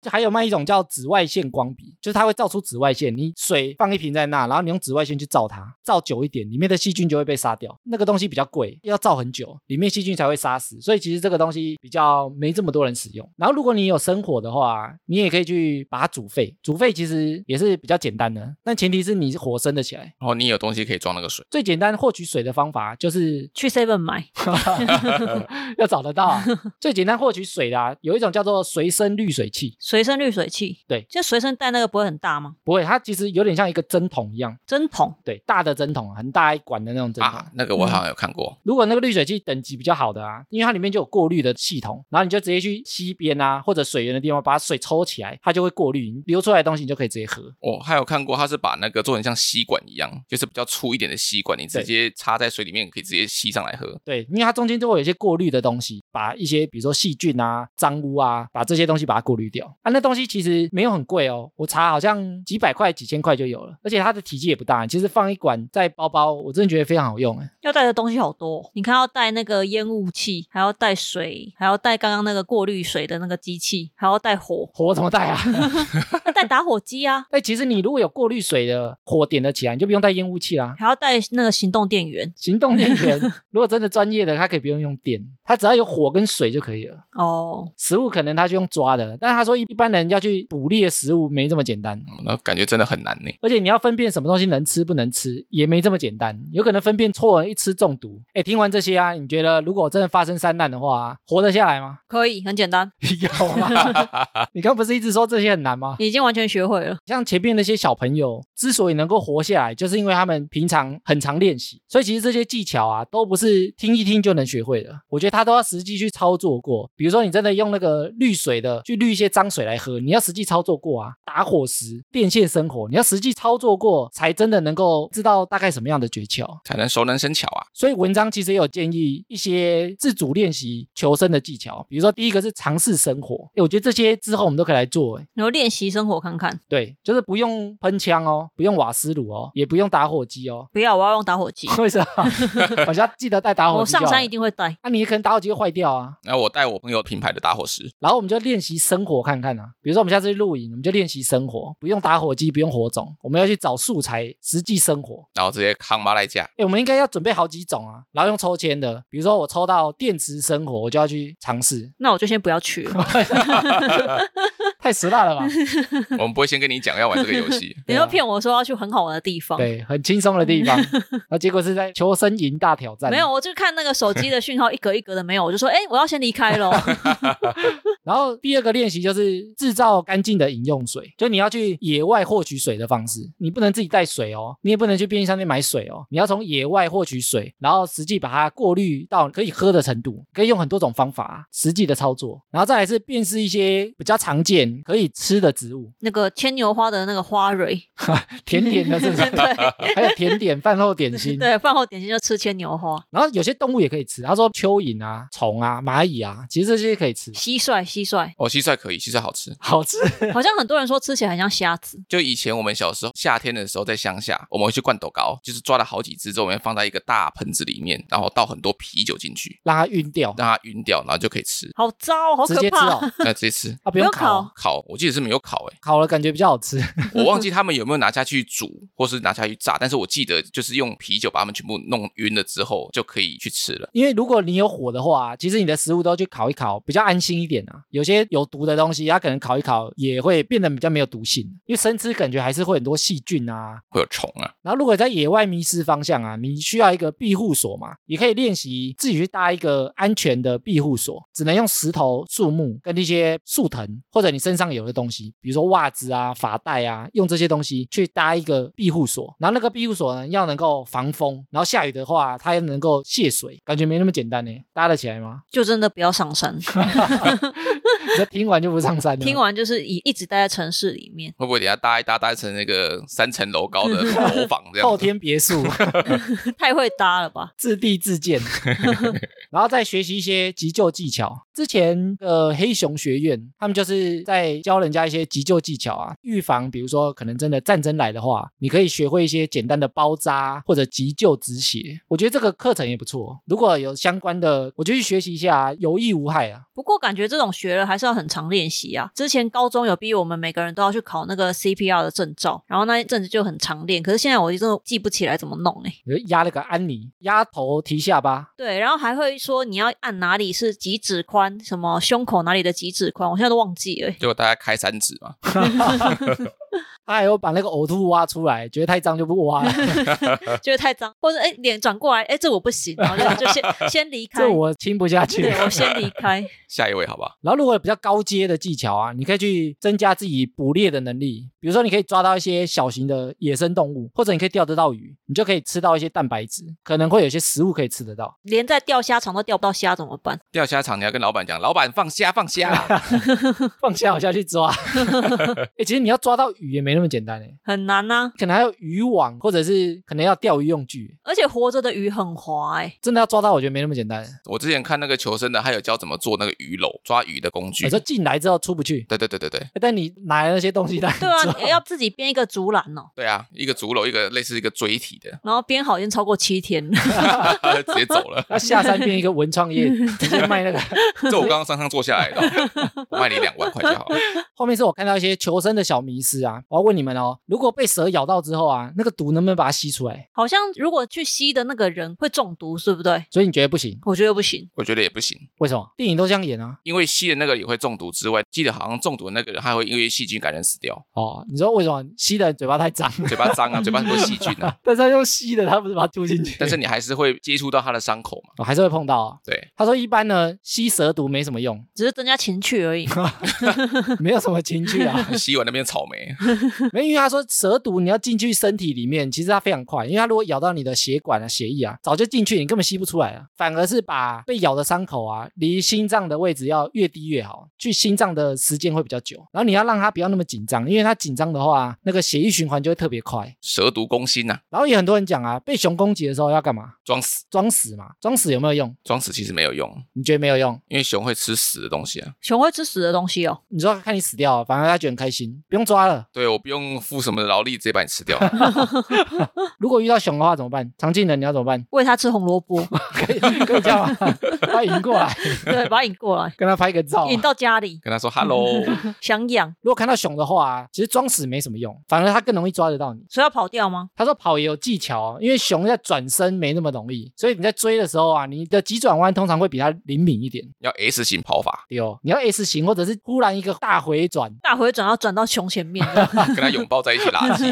就还有卖一种叫紫外线光笔，就是它会照出紫外线，你水放一瓶在那，然后你用紫外线去照它，照久一点，里面的细菌就会被杀掉。那个东西比较贵，要照很久，里面细菌才会杀死，所以其实这个东西比较没这么多人使用。然后如果你有生火的话，你也可以去把它煮沸，煮沸其实也是比较简单的，但前提是你是火生的起来。然后你有东西可以装那个水，最简单获取水的的方法就是去 Seven 买，要找得到、啊。最简单获取水的、啊，有一种叫做随身滤水器，随身滤水器。对就随身带那个不会很大吗？不会，它其实有点像一个针筒一样，针筒对，大的针筒，很大一管的那种针筒。啊，那个我好像有看过，如果那个滤水器等级比较好的啊，因为它里面就有过滤的系统，然后你就直接去溪边啊或者水源的地方把水抽起来，它就会过滤，你流出来的东西你就可以直接喝。我哦还有看过，它是把那个做成像吸管一样，就是比较粗一点的吸管，你直对接插在水里面，可以直接吸上来喝。对，因为它中间就会有一些过滤的东西，把一些比如说细菌啊、脏污啊，把这些东西把它过滤掉啊。那东西其实没有很贵哦，我查好像几百块、几千块就有了，而且它的体积也不大，其实放一管在包包，我真的觉得非常好用哎。要带的东西好多哦、你看要带那个烟雾器，还要带水，还要带刚刚那个过滤水的那个机器，还要带火，火怎么带啊？ (laughs) 要带打火机啊，哎，其实你如果有过滤水的火点得起来，你就不用带烟雾器啦。还要带那个行动电源。行动电源，如果真的专业的，它可以不用用电，它只要有火跟水就可以了。哦，食物可能它就用抓的，但是他说一一般人要去捕猎食物没这么简单。嗯那感觉真的很难呢。而且你要分辨什么东西能吃不能吃，也没这么简单，有可能分辨错了，一吃中毒。哎，听完这些啊，你觉得如果真的发生三难的话，啊活得下来吗？ (laughs) 可以，很简单，有吗？你刚不是一直说这些很难吗？已经完全学会了。像前面那些小朋友之所以能够活下来，就是因为他们平常很常练习，所以其实这些技巧啊，都不是听一听就能学会的。我觉得他都要实际去操作过。比如说，你真的用那个滤水的去滤一些脏水来喝，你要实际操作过啊。打火石、电线生火，你要实际操作过，才真的能够知道大概什么样的诀窍。才能熟能生巧啊！所以文章其实也有建议一些自主练习求生的技巧，比如说第一个是尝试生火，诶我觉得这些之后我们都可以来做、诶然后练习生活看看，对，就是不用喷枪哦，不用瓦斯炉哦，也不用打火机 (laughs) 哦。不要，我要用打火机。为什么？哦我要记得带打火我机就好上了。山一定会带。。那、你可能打火机会坏掉啊，那我带我朋友品牌的打火石，然后我们就练习生火看看啊。比如说我们下次去露营，我们就练习生火，不用打火机，不用火种，我们要去找素材，实际生火。然后直接扛麻来架。哎，我们应该要准备好几种啊，然后用抽签的。比如说我抽到电池生火，我就要去尝试那我就先不要去了。 (laughs) 太实辣了 (laughs) 吧？我们不会先跟你讲要玩这个游戏， (laughs) 你对啊又骗我说要去很好玩的地 (laughs) 方，对，很轻松的地 (laughs) 方，那结果是在求生营大挑战。没有，我就看那个手机的讯号一格一格的没有，我就说，哎、我要先离 (laughs) 开喽。然后第二个练习就是制造干净的饮用水，就你要去野外获取水的方式，你不能自己带水哦，你也不能去便利商店买水哦，你要从野外获取水，然后实际把它过滤到可以喝的程度，可以用很多种方法啊实际的操作，然后再来是辨识一些比较常见可以吃的植 (laughs) 物，那个牵牛花的那个花蕊，甜点的是不是？对还有甜点、饭后点心， (laughs) 对，饭后点心就吃牵牛花，然后有些动物也可以吃。他说蚯蚓啊、虫啊、蚂蚁啊，其实这些可以吃，蟋蟀，蟋 (laughs) 蟀，哦，蟋蟀可以，蟋蟀好吃。好吃。好像很多人说吃起来很像虾子，。就以前我们小时候夏天的时候，在乡下，我们会去灌斗糕，就是抓了好几只之后，我们放在一个大盆子里面，然后倒很多啤酒进去，让它晕掉，让它晕掉，然后就可以吃好糟，好直可接吃怕。哦，那直接吃啊，不用不用烤烤，烤，我记得是没有烤欸诶、烤了感觉比较好吃。 (laughs) 我忘记他们有没有拿下去煮，或是拿下去炸，但是我记得就是用啤酒把它们全部弄晕了之后，就可以去吃了。因为如果你有火的话，其实你的食物都去烤一烤，比较安心一点啊。有些有毒的东西，它可能烤一烤也会变得比较没有毒性，因为生吃感觉还是会很多细菌啊。会有虫啊，然后如果在野外迷失方向啊，你需要一个庇护所嘛，也可以练习自己去搭一个安全的庇护所，只能用石头、树木跟一些树藤或者你身上有的东西，比如说袜子啊、发带啊，用这些东西去搭一个庇护所。然后那个庇护所呢，要能够防风，然后下雨的话，它又能够泄水，感觉没那么简单呢。搭得起来吗？ (laughs) 就真的不要上山，你这听完就不上山了。听完就是一一直待在城市里面，会不会等一下搭一搭搭成那个三层楼 (laughs) 高的楼房这样子？后天别墅。太会搭了吧？自地自 (laughs) 建，然后再学习一些急救技巧。之前呃黑熊学院，他们就是在教人家一些急救技巧啊，预防，比如说可能真的战争来的话，你可以学会一些简单的包扎或者急救止血。我觉得这个课程也不错，如果有相关的，我就去学习一下啊，有益无害啊。不过感觉这种学了还是要很常练习啊。之前高中有逼我们每个人都要去考那个 CPR 的证照，然后那一阵子就很常练，可是现在我真的记不起来怎么弄哎、你就压了个安妮，压头提下巴，对，然后还会说你要按哪里是几指宽，什么欸胸口哪里的几指宽，我现在都忘记了。结果大家开三指嘛，他他还有把那个呕吐物挖出来，觉得太脏就不挖了。 (laughs) (laughs) 觉得太脏，或者哎脸转过来，哎这我不行，然后就就先先离开这。我啊亲不下去。对，我先离开。下一位好不好？然后，如果有比较高阶的技巧啊，你可以去增加自己捕猎的能力。比如说，你可以抓到一些小型的野生动物，或者你可以钓得到鱼，你就可以吃到一些蛋白质，可能会有些食物可以吃得到。连在钓虾场都钓不到虾怎么办？钓虾场你要跟老板讲，老板放虾放虾 (laughs) 啦，放下我下去 (laughs) 抓。哎、其实你要抓到鱼也没那么简单哎、很难啊呐、可能还有渔网，或者是可能要钓鱼用具。而且活着的鱼很滑哎、真的要抓到，我觉得没那么简单。我之前看那个求生的，还有教怎么做那个鱼篓抓鱼的工具 (laughs) 你。说进来之后出不去，对对对对对哎但你拿了那些东西来对 (laughs) 啊，抓你要自己编一个竹篮哦，，对啊，一个竹篓，一个类似一个锥体的 (laughs) 然后编好已经超过七天了。直接走了。要下山变一个文创 (laughs) 业，直接卖那个。这我刚刚上上坐 (laughs) 下来的哦，我卖你两万块就好了。后面是我看到一些求生的小迷思啊，我要问你们哦，如果被蛇咬到之后啊，那个毒能不能把它吸出来？好像如果去吸的那个人会中毒，是不对？所以你觉得不行？我觉得不行。我觉得也不行，为什么？电影都这样演啊。因为吸的那个也会中毒之外，记得好像中毒的那个人还会因为细菌感染死掉，哦，你说为什么吸的人嘴巴太脏？嘴巴脏啊，嘴巴很多细菌啊， (laughs) 但是他用吸的，他不是把它吐进去？但是你还是会接触到他的伤口嘛。我、还是会碰到、啊。对，他说一般呢，吸蛇毒没什么用， (laughs) 只是增加情趣而已。没有什么情趣啊。吸完那边草莓， (laughs) 没，因为他说蛇毒你要进去身体里面，其实它非常快，因为它如果咬到你的血管啊、血液啊，早就进去，你根本吸不出来啊。反而是把被咬的伤口啊，离心脏的位置要越低越好，去心脏的时间会比较久。然后你要让它不要那么紧张，因为它紧张的话，啊那个血液循环就会特别快。蛇毒攻心呐、啊，然后也很多人讲啊，被熊攻击的时候要干嘛？装死，装死嘛，装死有没有用？装死其实没有用，你觉得没有用？因为熊会吃死的东西啊。熊会吃死的东西哦，你说看你死掉了，反而它觉得很开心，不用抓了。对我不用付什么劳力，直接把你吃掉。如果遇到熊的话怎么办？常进人你要怎么办？ (laughs) 喂它吃红萝卜，可以可以这样吗？ (laughs) 把它引过来，对，把它引过来，跟它拍个照啊、引到家里，跟他说 “hello”，想养，如果看到熊的话、啊，其实装死没什么用，反而它更容易抓得到你。所以要跑掉吗？他说跑也有技巧哦，因为熊在转身没那么容易，所以你在追的时候啊，你的急转弯通常会比它灵敏一点。要 S 型跑法，对哦，你要 S 型或者是忽然一个大回转，大回转要转到熊前面，跟他拥抱在一起拉鸡，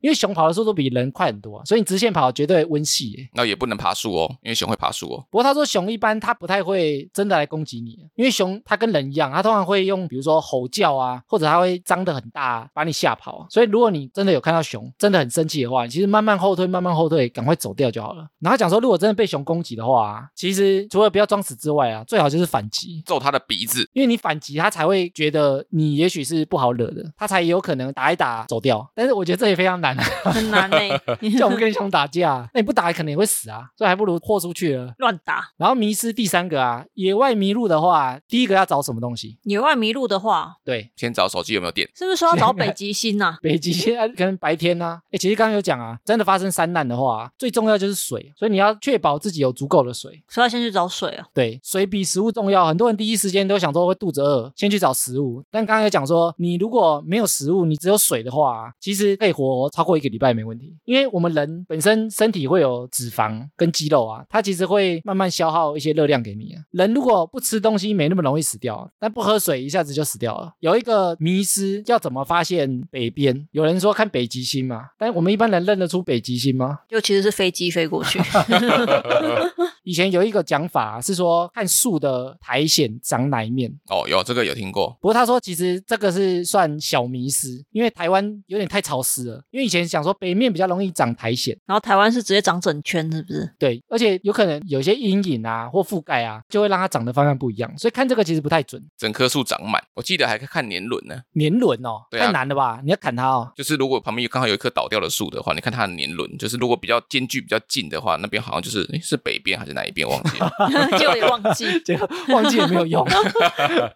因为熊跑的速度比人快很多啊，所以你直线跑绝对温系耶。那也不能爬树哦，因为熊会爬树哦。不过他说熊一般它不太会真的来攻击你，因为熊它跟人一样，它通常会用比如说吼叫啊，或者它会张得很大、啊、把你吓跑啊。所以如果你真的有看到熊，真的很生气的话，你其实慢慢后退，慢慢后退，赶快走掉就好了。然后他讲说，如果真的被熊攻击的话、啊，其实除了不要装死之外啊，最好就是反击。揍他的鼻子，因为你反击，它才会觉得你也许是不好惹的，它才有可能打一打走掉。但是我觉得这也非常难啊， (laughs) 很难欸呢、叫我们跟熊打架，啊那你不打可能也会死啊，所以还不如豁出去了。乱打。然后迷失第三个啊，野外迷路的话，第一个要找什么东西？野外迷路的话，对，先找手机有没有电。是不是说要找北极星啊？北极现在可能白天啊，哎，其实刚刚有讲啊，真的发生山难的话、啊，最重要就是水，所以你要确保自己有足够的水。所以要先去找水啊。对，水比食物重要。很多人第一时间都想说会肚子饿，先去找食物。但刚刚有讲说，你如果没有食物，你只有水的话啊，其实可以活超过一个礼拜没问题。因为我们人本身身体会有脂肪跟肌肉啊，它其实会慢慢消耗一些热量给你啊。人如果不吃东西，没那么容易死掉啊，但不喝水一下子就死掉了。有一个迷失，要怎么发现北边？有人说看北极星嘛，但我们一般人认得出北极星吗？就其实是飞机飞过去，以前有一个讲法、是说看树的苔藓长哪一面，哦，有这个有听过，不过他说，其实这个是算小迷失，因为台湾有点太潮湿了。因为以前想说北面比较容易长苔藓，然后台湾是直接长整圈，是不是？ (laughs) 对，而且有可能有些阴影啊或覆盖啊，就会让它长的方向不一样，所以看这个其实不太准。整棵树长满。我记得还看年轮呢，年轮哦，对啊太难了吧？你要砍它哦。就是如果旁边刚好有一棵倒掉的树的话，你看它的年轮，就是如果比较间距比较近的话，那边好像就是诶是北边还是哪一边忘记了。就也忘记。结果忘记也没有 (laughs) 用。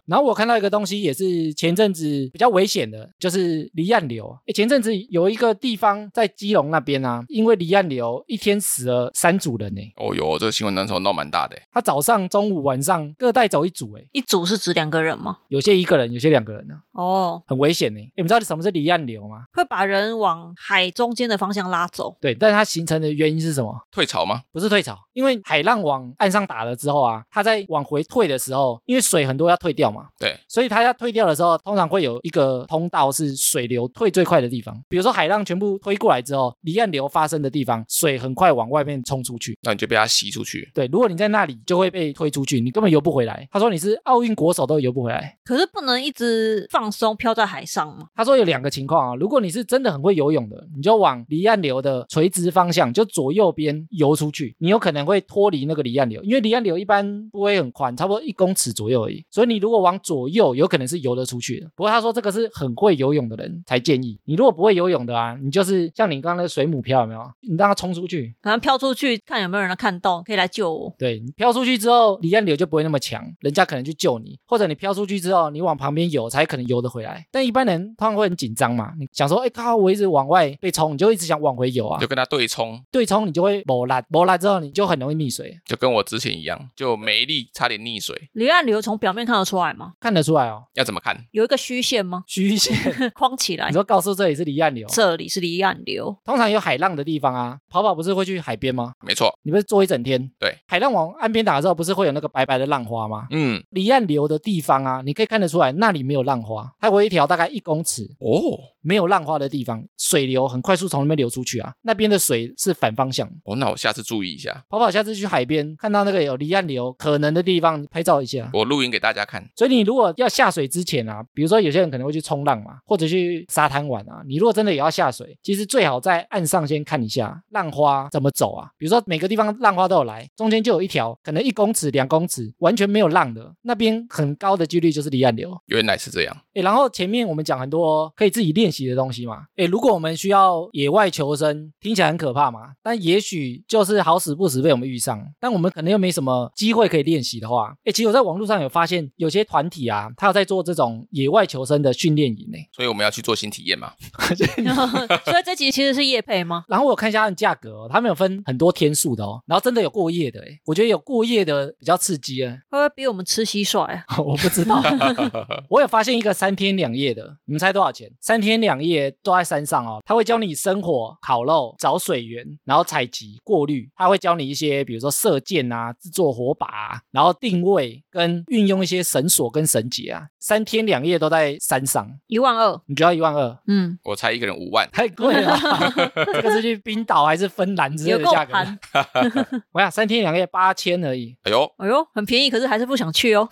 然后我看到一个东西，也是前阵子比较危险的，就是离岸流。诶前阵子有一个地方在基隆那边啊，因为离岸流一天死了三组人呢、哦哟，这个新闻那时候闹蛮大的，欸他早上、中午、晚上各带走一组、诶一组是指两个人吗？有些一个人，有些两个人呢、哦，很危险呢。诶你们知道什么是离岸流吗？会把人往海中间的方向拉走。对，但是它形成的原因是什么？退潮吗？不是退潮，因为海海浪往岸上打了之后啊，它在往回退的时候，因为水很多要退掉嘛，对，所以它要退掉的时候，通常会有一个通道是水流退最快的地方。比如说海浪全部推过来之后，离岸流发生的地方，水很快往外面冲出去。那你就被它吸出去。对，如果你在那里，就会被推出去，你根本游不回来。他说你是奥运国手都游不回来。可是不能一直放松飘在海上嘛。他说有两个情况啊，如果你是真的很会游泳的，你就往离岸流的垂直方向，就左右边游出去，你有可能会脱离那个离岸流，因为离岸流一般不会很宽，差不多一公尺左右而已。所以你如果往左右，有可能是游得出去的。不过他说这个是很会游泳的人才建议，你如果不会游泳的啊，你就是像你刚刚那个水母漂有没有？你让它冲出去，可能飘出去看有没有人看到，可以来救我。对你飘出去之后，离岸流就不会那么强，人家可能去救你，或者你飘出去之后，你往旁边游才可能游得回来。但一般人通常会很紧张嘛，你想说，哎靠，我一直往外被冲，你就一直想往回游啊就，跟它对冲，对冲你就会磨烂，磨烂之后你就很容易溺水，就跟我之前一样，就没力，差点溺水，离岸流从表面看得出来吗？看得出来哦，要怎么看？有一个虚线吗？ (laughs) 虚 (laughs) 线，框起来你，说告诉这里是离岸流。这里是离岸 (laughs) 流。通常有海浪的地方啊，跑跑不是会去海边吗？没错，你不是坐一整天？对，海浪往岸边打的时候，不是会有那个白白的浪花吗？嗯，离岸流的地方啊，你可以看得出来，那里没有浪花，它有一条大概一公尺哦，没有浪花的地方，水流很快速从那边流出去啊，那边的水是反方向。哦，那我下次注意一下，跑跑下次去海边看到那个有离岸流可能的地方拍照一下。我录影给大家看。所以你如果要下水之前啊，比如说有些人可能会去冲浪嘛，或者去沙滩玩啊，你如果真的也要下水，其实最好在岸上先看一下浪花怎么走啊。比如说每个地方浪花都有来，中间就有一条可能一公尺、两公尺完全没有浪的，那边很高的几率就是离岸流。原来是这样，诶，然后前面我们讲很多可以自己练习的东西嘛。诶，如果我们需要野外求生，听起来很可怕嘛，但也许就是好死不死被我们遇上，但我们可能又没什么机会可以练习的话，诶，其实我在网络上有发现有些团体啊，他有在做这种野外求生的训练营呢。所以我们要去做新体验嘛。 (laughs) 所以这集其实是叶配吗？然后我看一下它的价格、哦，他们有分很多天数的哦，然后真的有过夜的，诶，我觉得有过夜的比较刺激啊， (laughs) 会不会比我们吃蟋蟀啊？我不知道。我有发现一个三天两夜的，你们猜多少钱？三天两夜都在山上哦，他会教你生火、烤肉、找水源，然后采集、过滤，他会教你一些，比如说射箭啊、制作火把、啊，然后定位跟运用一些绳索跟绳结啊。三天两夜都在山上，一万二。你就要一万二。嗯，我猜一个人五万，太贵了吧，这个是去冰岛还是芬兰之类有的够价格？盘。 (laughs) 我想三天两夜八千而已。哎呦，哎呦，很便宜，可是还是不想去哦。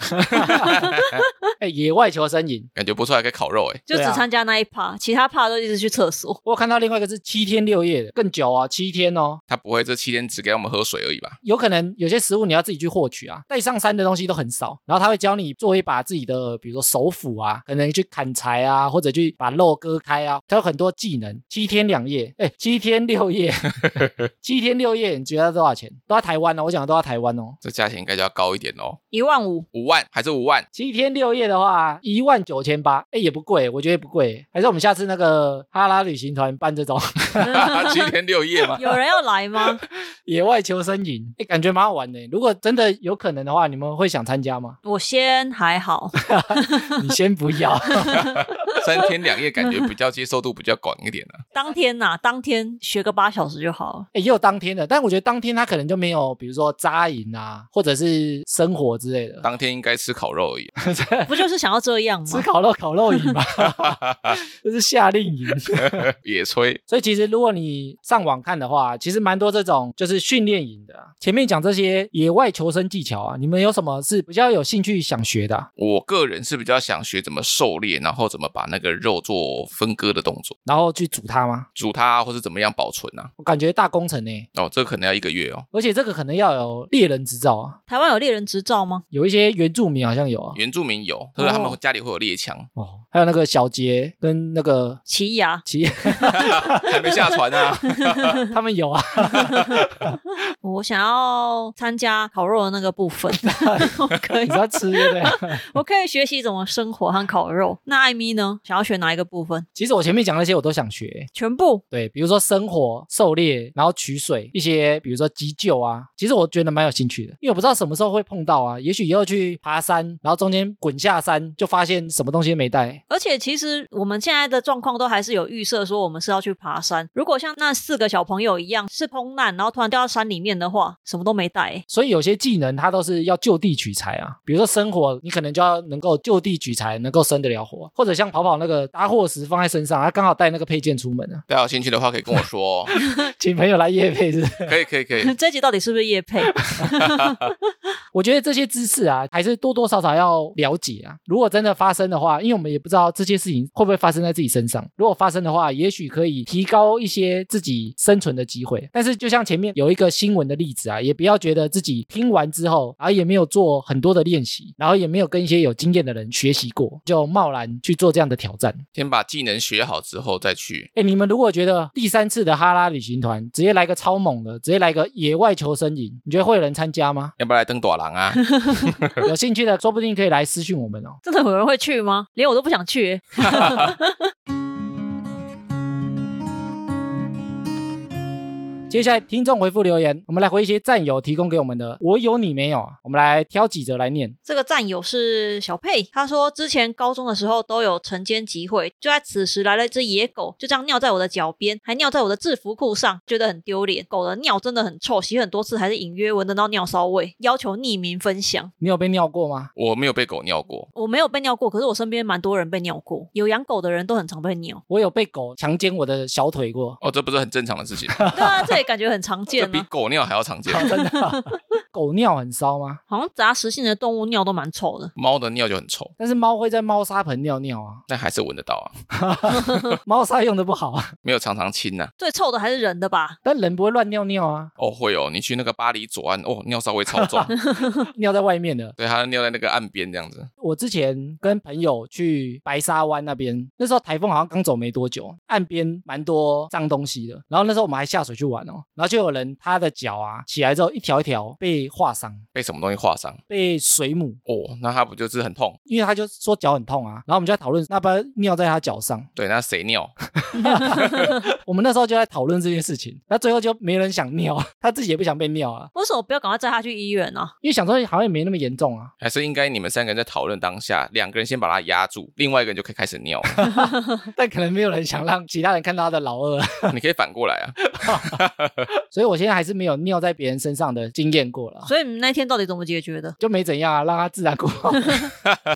哎，野外求生营，感觉不错，还可以烤肉哎。就只对啊参加那一趴，其他趴都一直去厕所。我有看到另外一个是七天六夜的，更久啊，七天哦。他不会这七天只给我们喝水而已吧？有可能有些食物你要自己去获取啊，带上山的东西都很少，然后他会教你做一把自己的，比如说手斧啊，可能去砍柴啊，或者去把肉割开啊，他有很多技能，七天两夜，哎，七天六夜，七天六夜，你觉得多少钱？都在台湾哦，我讲的都在台湾哦。这价钱应该就要高一点哦，一万五，五万还是 (laughs) 五万？七天六夜的话，一万九千八，哎，也不贵，我觉得不贵。还是我们下次那个哈拉旅行团办这种 (laughs) 七天六夜吗？有人要来吗？野外求生营，哎，感觉蛮好玩的。如果真的有可能的话，你们会想参加吗？我先还好，你先不要。三天两夜感觉比较接受度比较广一点啊。当天呐、当天学个八小时就好了。欸也有当天的，但我觉得当天他可能就没有，比如说扎营啊，或者是生活之类 (laughs) 的。当天应该吃烤肉而已， (laughs) 不就是想要这样吃吗？烤肉，烤肉营吧，这是夏令营。 (laughs) 野炊所以其实如果你上网看的话，其实蛮多这种就是训练营的啊。前面讲这些野外求生技巧啊，你们有什么是比较有兴趣想学的啊、我个人是比较想学怎么狩猎，然后怎么把那个肉做分割的动作，然后去煮它吗？煮它或是怎么样保存啊。我感觉大工程呢、哦，这可能要一个月哦。而且这个可能要有猎人执照啊，台湾有猎人执照吗？有一些原住民好像哦有啊。原住民有，所以他们家里会有猎枪，哦，还有那个小杰跟那个 (laughs) 奇牙，奇，还没下 (laughs) 船啊。他们有啊。我想要参加烤肉的那个部分，我可你以知，道吃对不对？我可以学习怎么生火和烤肉。那艾米呢？想要学哪一个部分？其实我前面讲那些我都想学，欸全部对，比如说生火、狩猎，然后取水，一些比如说急救啊，其实我觉得蛮有兴趣的，因为我不知道什么时候会碰到啊，也许以后去爬山，然后中间滚下山就发现什么东西没带，而且其实我们现在的状况都还是有预设，说我们是要去爬山。如果像那四个小朋友一样是空难，然后突然掉到山里面的话，什么都没带、欸 (laughs) 所以有些技能它都是要就地取材啊，比如说生火，你可能就要能够就地取材，能够生得了火，或者像跑跑那个搭货时放在身上，他刚好带那个配件出门啊， (laughs) 大家有兴趣的话可以跟我说哦，请朋友来夜配是不是。可以可以可以，这集到底是不是叶配？ (laughs) 我觉得这些知识啊，还是多多少少要了解啊。如果真的发生的话，因为我们也不知道这些事情会不会发生在自己身上。如果发生的话，也许可以提高一些自己生存的机会。但是就像前面有一个新闻的例子啊，也不要觉得自己听完之后，然后也没有做很多的练习，然后也没有跟一些有经验的人学习过，就贸然去做这样的挑战。先把技能学好之后再去。哎，你们如果觉得第三次的哈拉旅行团直接来个超猛的，直接来个野外求生营，你觉得会有人参加吗？要不要来登短廊啊？有兴趣的，说不定可以来私讯我们哦。真的有人会去吗？连我都不想去、欸接下来听众回复留言，我们来回一些战友提供给我们的“我有你没有”啊，我们来挑几则来念。这个战友是小佩，他说之前高中的时候都有晨间集会，就在此时来了一只野狗，就这样尿在我的脚边，还尿在我的制服裤上，觉得很丢脸。狗的尿真的很臭，洗很多次还是隐约闻得到尿骚味，要求匿名分享。你有被尿过吗？。我没有被狗尿过，，我没有被尿过，可是我身边蛮多人被尿过，有养狗的人都很常被尿我有被狗强奸我的小腿过哦，这不是很正常的事情吗，对啊，这也感觉很常这见比啊。狗尿还要常见。 (laughs) 真的啊。狗尿很骚吗？好像杂食性的动物尿都蛮臭的。猫的尿就很臭，但是猫会在猫砂盆尿尿啊，但还是闻得到啊，猫砂用的不好啊， (laughs) 没有常常亲呐、啊。最臭的还是人的吧？但人不会乱尿尿啊，哦，会哦，你去那个巴黎左岸，哦，尿稍微超重，尿在外面的。对，它尿在那个岸边这样子。我之前跟朋友去白沙湾那边，那时候台风好像刚走没多久，岸边蛮多脏东西的。然后那时候我们还下水去玩哦，然后就有人他的脚啊起来之后一条一条被划伤，被什么东西划伤？被水母，哦，那它不就是很痛？因为他就说脚很痛啊，然后我们就在讨论那不要尿在他脚上。 (laughs) 对，那谁尿？我们那时候就在讨论这件事情，那最后就没人想尿， (laughs) 他自己也不想被尿啊，为什么不要赶快载他去医院呢、啊？因为想说好像也没那么严重啊。 (laughs) 还是应该你们三个人在讨论当下，两个人先把它压住，另外一个人就可以开始尿了。 (laughs) 但可能没有人想让其他人看到他的老二，你可以反过来啊， (laughs) 所以我现在还是没有尿在别人身上的经验过了，？所以你们那天到底怎么解决的 (laughs) (laughs) 就没怎样啊，让他自然过。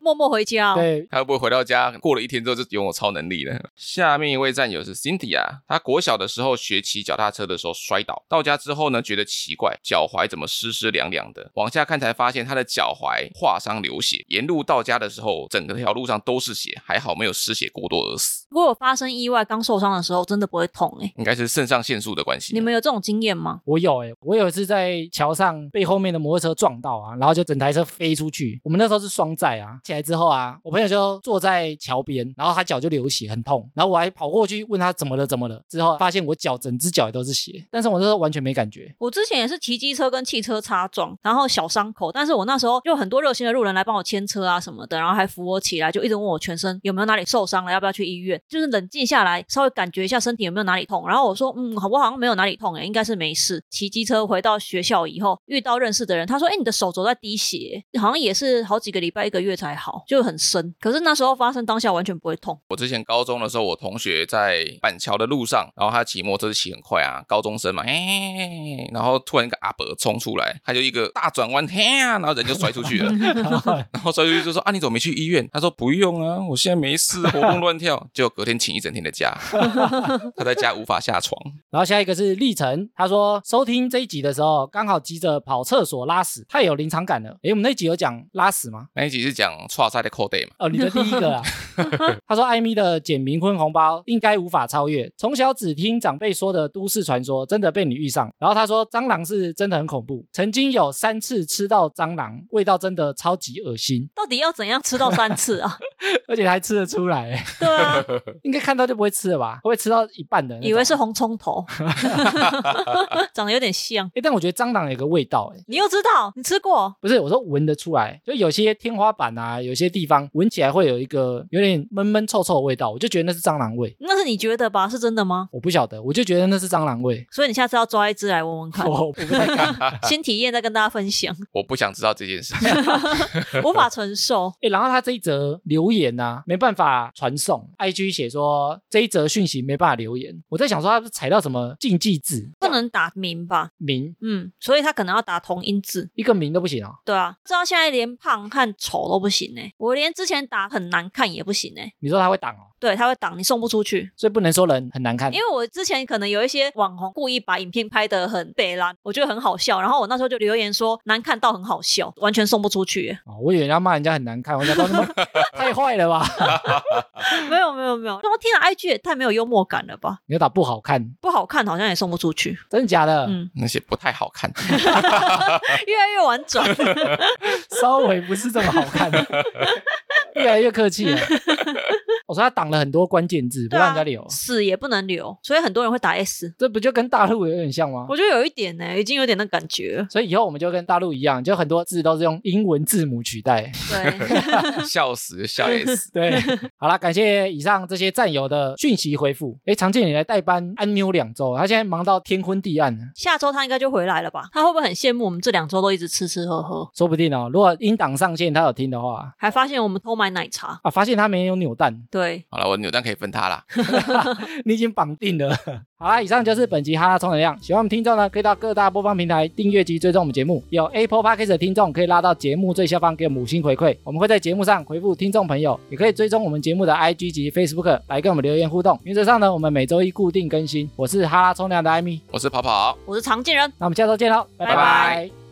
默默回家、(laughs) 哦。对，他会不会回到家过了一天之后就拥有超能力呢？下面一位战友是 Cynthia，她国小的时候学骑脚踏车的时候摔倒，到家之后呢觉得奇怪，脚踝怎么湿湿凉凉的？往下看才发现她的脚踝划伤流血，沿路到家的时候整个条路上都是血，还好没有失血过多而死，如果发生意外刚受伤的时候，真的不会痛哎、应该是肾上腺素的关系。你们有这种经验吗？我有诶、我有一次在桥上被后面的摩托车撞到啊，然后就整台车飞出去。我们那时候是双载啊，起来之后啊，我朋友就坐在桥边，然后他脚就流血，很痛。然后我还跑过去问他怎么了，怎么了？之后发现我脚整只脚也都是血，但是我那时候完全没感觉。 (laughs) 我之前也是骑机车跟汽车擦撞，然后小伤口，但是我那时候就有很多热心的路人来帮我牵车啊什么的，然后还扶我起来，就一直问我全身有没有哪里受伤了，要不要去医院，就是冷静下来，稍微感觉一下身体有没有哪里痛。然后我说，嗯，我好像没有哪里痛诶、欸应该是没事。骑机车回到学校以后，遇到认识的人，他说，哎、你的手肘在滴血，好像也是好几个礼拜一个月才好，就很深。可是那时候发生当下完全不会痛，我之前高中的时候，我同学在板桥的路上，然后他骑摩托车骑很快啊，高中生嘛，嘿然后突然一个阿伯冲出来，他就一个大转弯，嘿啊，然后人就摔出去了，然后摔出去就说啊，你怎么没去医院？他说不用啊，我现在没事，活蹦乱跳。 (laughs) 结果隔天请一整天的假， (laughs) 他在家无法下床，然后下一个是历程，他说收听这一集的时候，刚好急着跑厕所拉屎，太有临场感了。诶，我们那集有讲拉屎吗？那一集是讲跨赛的扣 day 嘛，哦，你的第一个 (laughs) 啊。他说艾米的简明坤红包应该无法超越，从小只听长辈说的都市传说，真的被你遇上。然后他说蟑螂是真的很恐怖，曾经有三次吃到蟑螂，味道真的超级恶心。到底要怎样吃到三次啊？而且还吃得出来， (laughs) (laughs) 对啊，应该看到就不会吃了吧？会不会吃到一半的那种？啊以为是红葱头， (laughs) 长得有点像。哎、但我觉得蟑螂有个味道、哎，你又知道，你吃过？不是，我说闻得出来，就有些天花板啊，有些地方闻起来会有一个有点闷闷臭臭的味道，我就觉得那是蟑螂味。那是你觉得吧？是真的吗？我不晓得，我就觉得那是蟑螂 (laughs) 味。所以你下次要抓一只来闻闻看，我我不太敢。哎、新体验再跟大家分享，我不想知道这件事 (laughs) 情。无法承受。欸然后他这一则留言呐、没办法传送，IG 写说这一则讯息没办法留言。我在想说他是踩到什么禁忌字不能打名吧？名，嗯，所以他可能要打同音字。一个名都不行哦。对啊，知道现在连胖和丑都不行呢、我连之前打很难看也不行呢、你说他会挡哦，对，他会挡你送不出去。所以不能说人很难看。因。为我之前可能有一些网红故意把影片拍得很北啦，我觉得很好笑，然后我那时候就留言说难看到很好笑，完全送不出去欸耶哦，我以为人家骂人家很难看，我想说他妈 (laughs) 太坏了吧？ (laughs) 没有没有没有，然后天啊，IG 也太没有幽默感了吧？你要打不好看，不好看好像也送不出去，真的假的？嗯，那些不太好看，越来越婉转。 (laughs) 稍微不是这么好看，越来越客气 (laughs) 了。我说他挡了很多关键字，不对让啊人家留，死也不能留，所以很多人会打 S。这不就跟大陆有点像吗？我觉得有一点呢、已经有点那感觉了。所以以后我们就跟大陆一样，就很多字都是用英文字母取代。对，笑死笑 S。对，好啦，感谢以上这些战友的讯息回复。哎，常见你来代班安妞两周，他现在忙到天昏地暗了。 (laughs) 下周他应该就回来了吧？他会不会很羡慕我们这两周都一直吃吃喝喝，说不定哦，如果英党上线他有听的话还发现我们偷买奶茶？啊，发现他没有扭蛋，对，好了，我扭蛋可以分他啦。你已经绑定了。好啦，以上就是本集哈拉充能量。喜欢我们听众呢，可以到各大播放平台订阅及追踪我们节目。有 Apple Podcast 的听众可以拉到节目最下方给我们五星回馈，我们会在节目上回复听众朋友。也可以追踪我们节目的 IG 及 Facebook 来跟我们留言互动。原则上呢，我们每周一固定更新。我是哈拉充能量的艾米，我是跑跑。我是常见人。那我们下周见喽，拜拜拜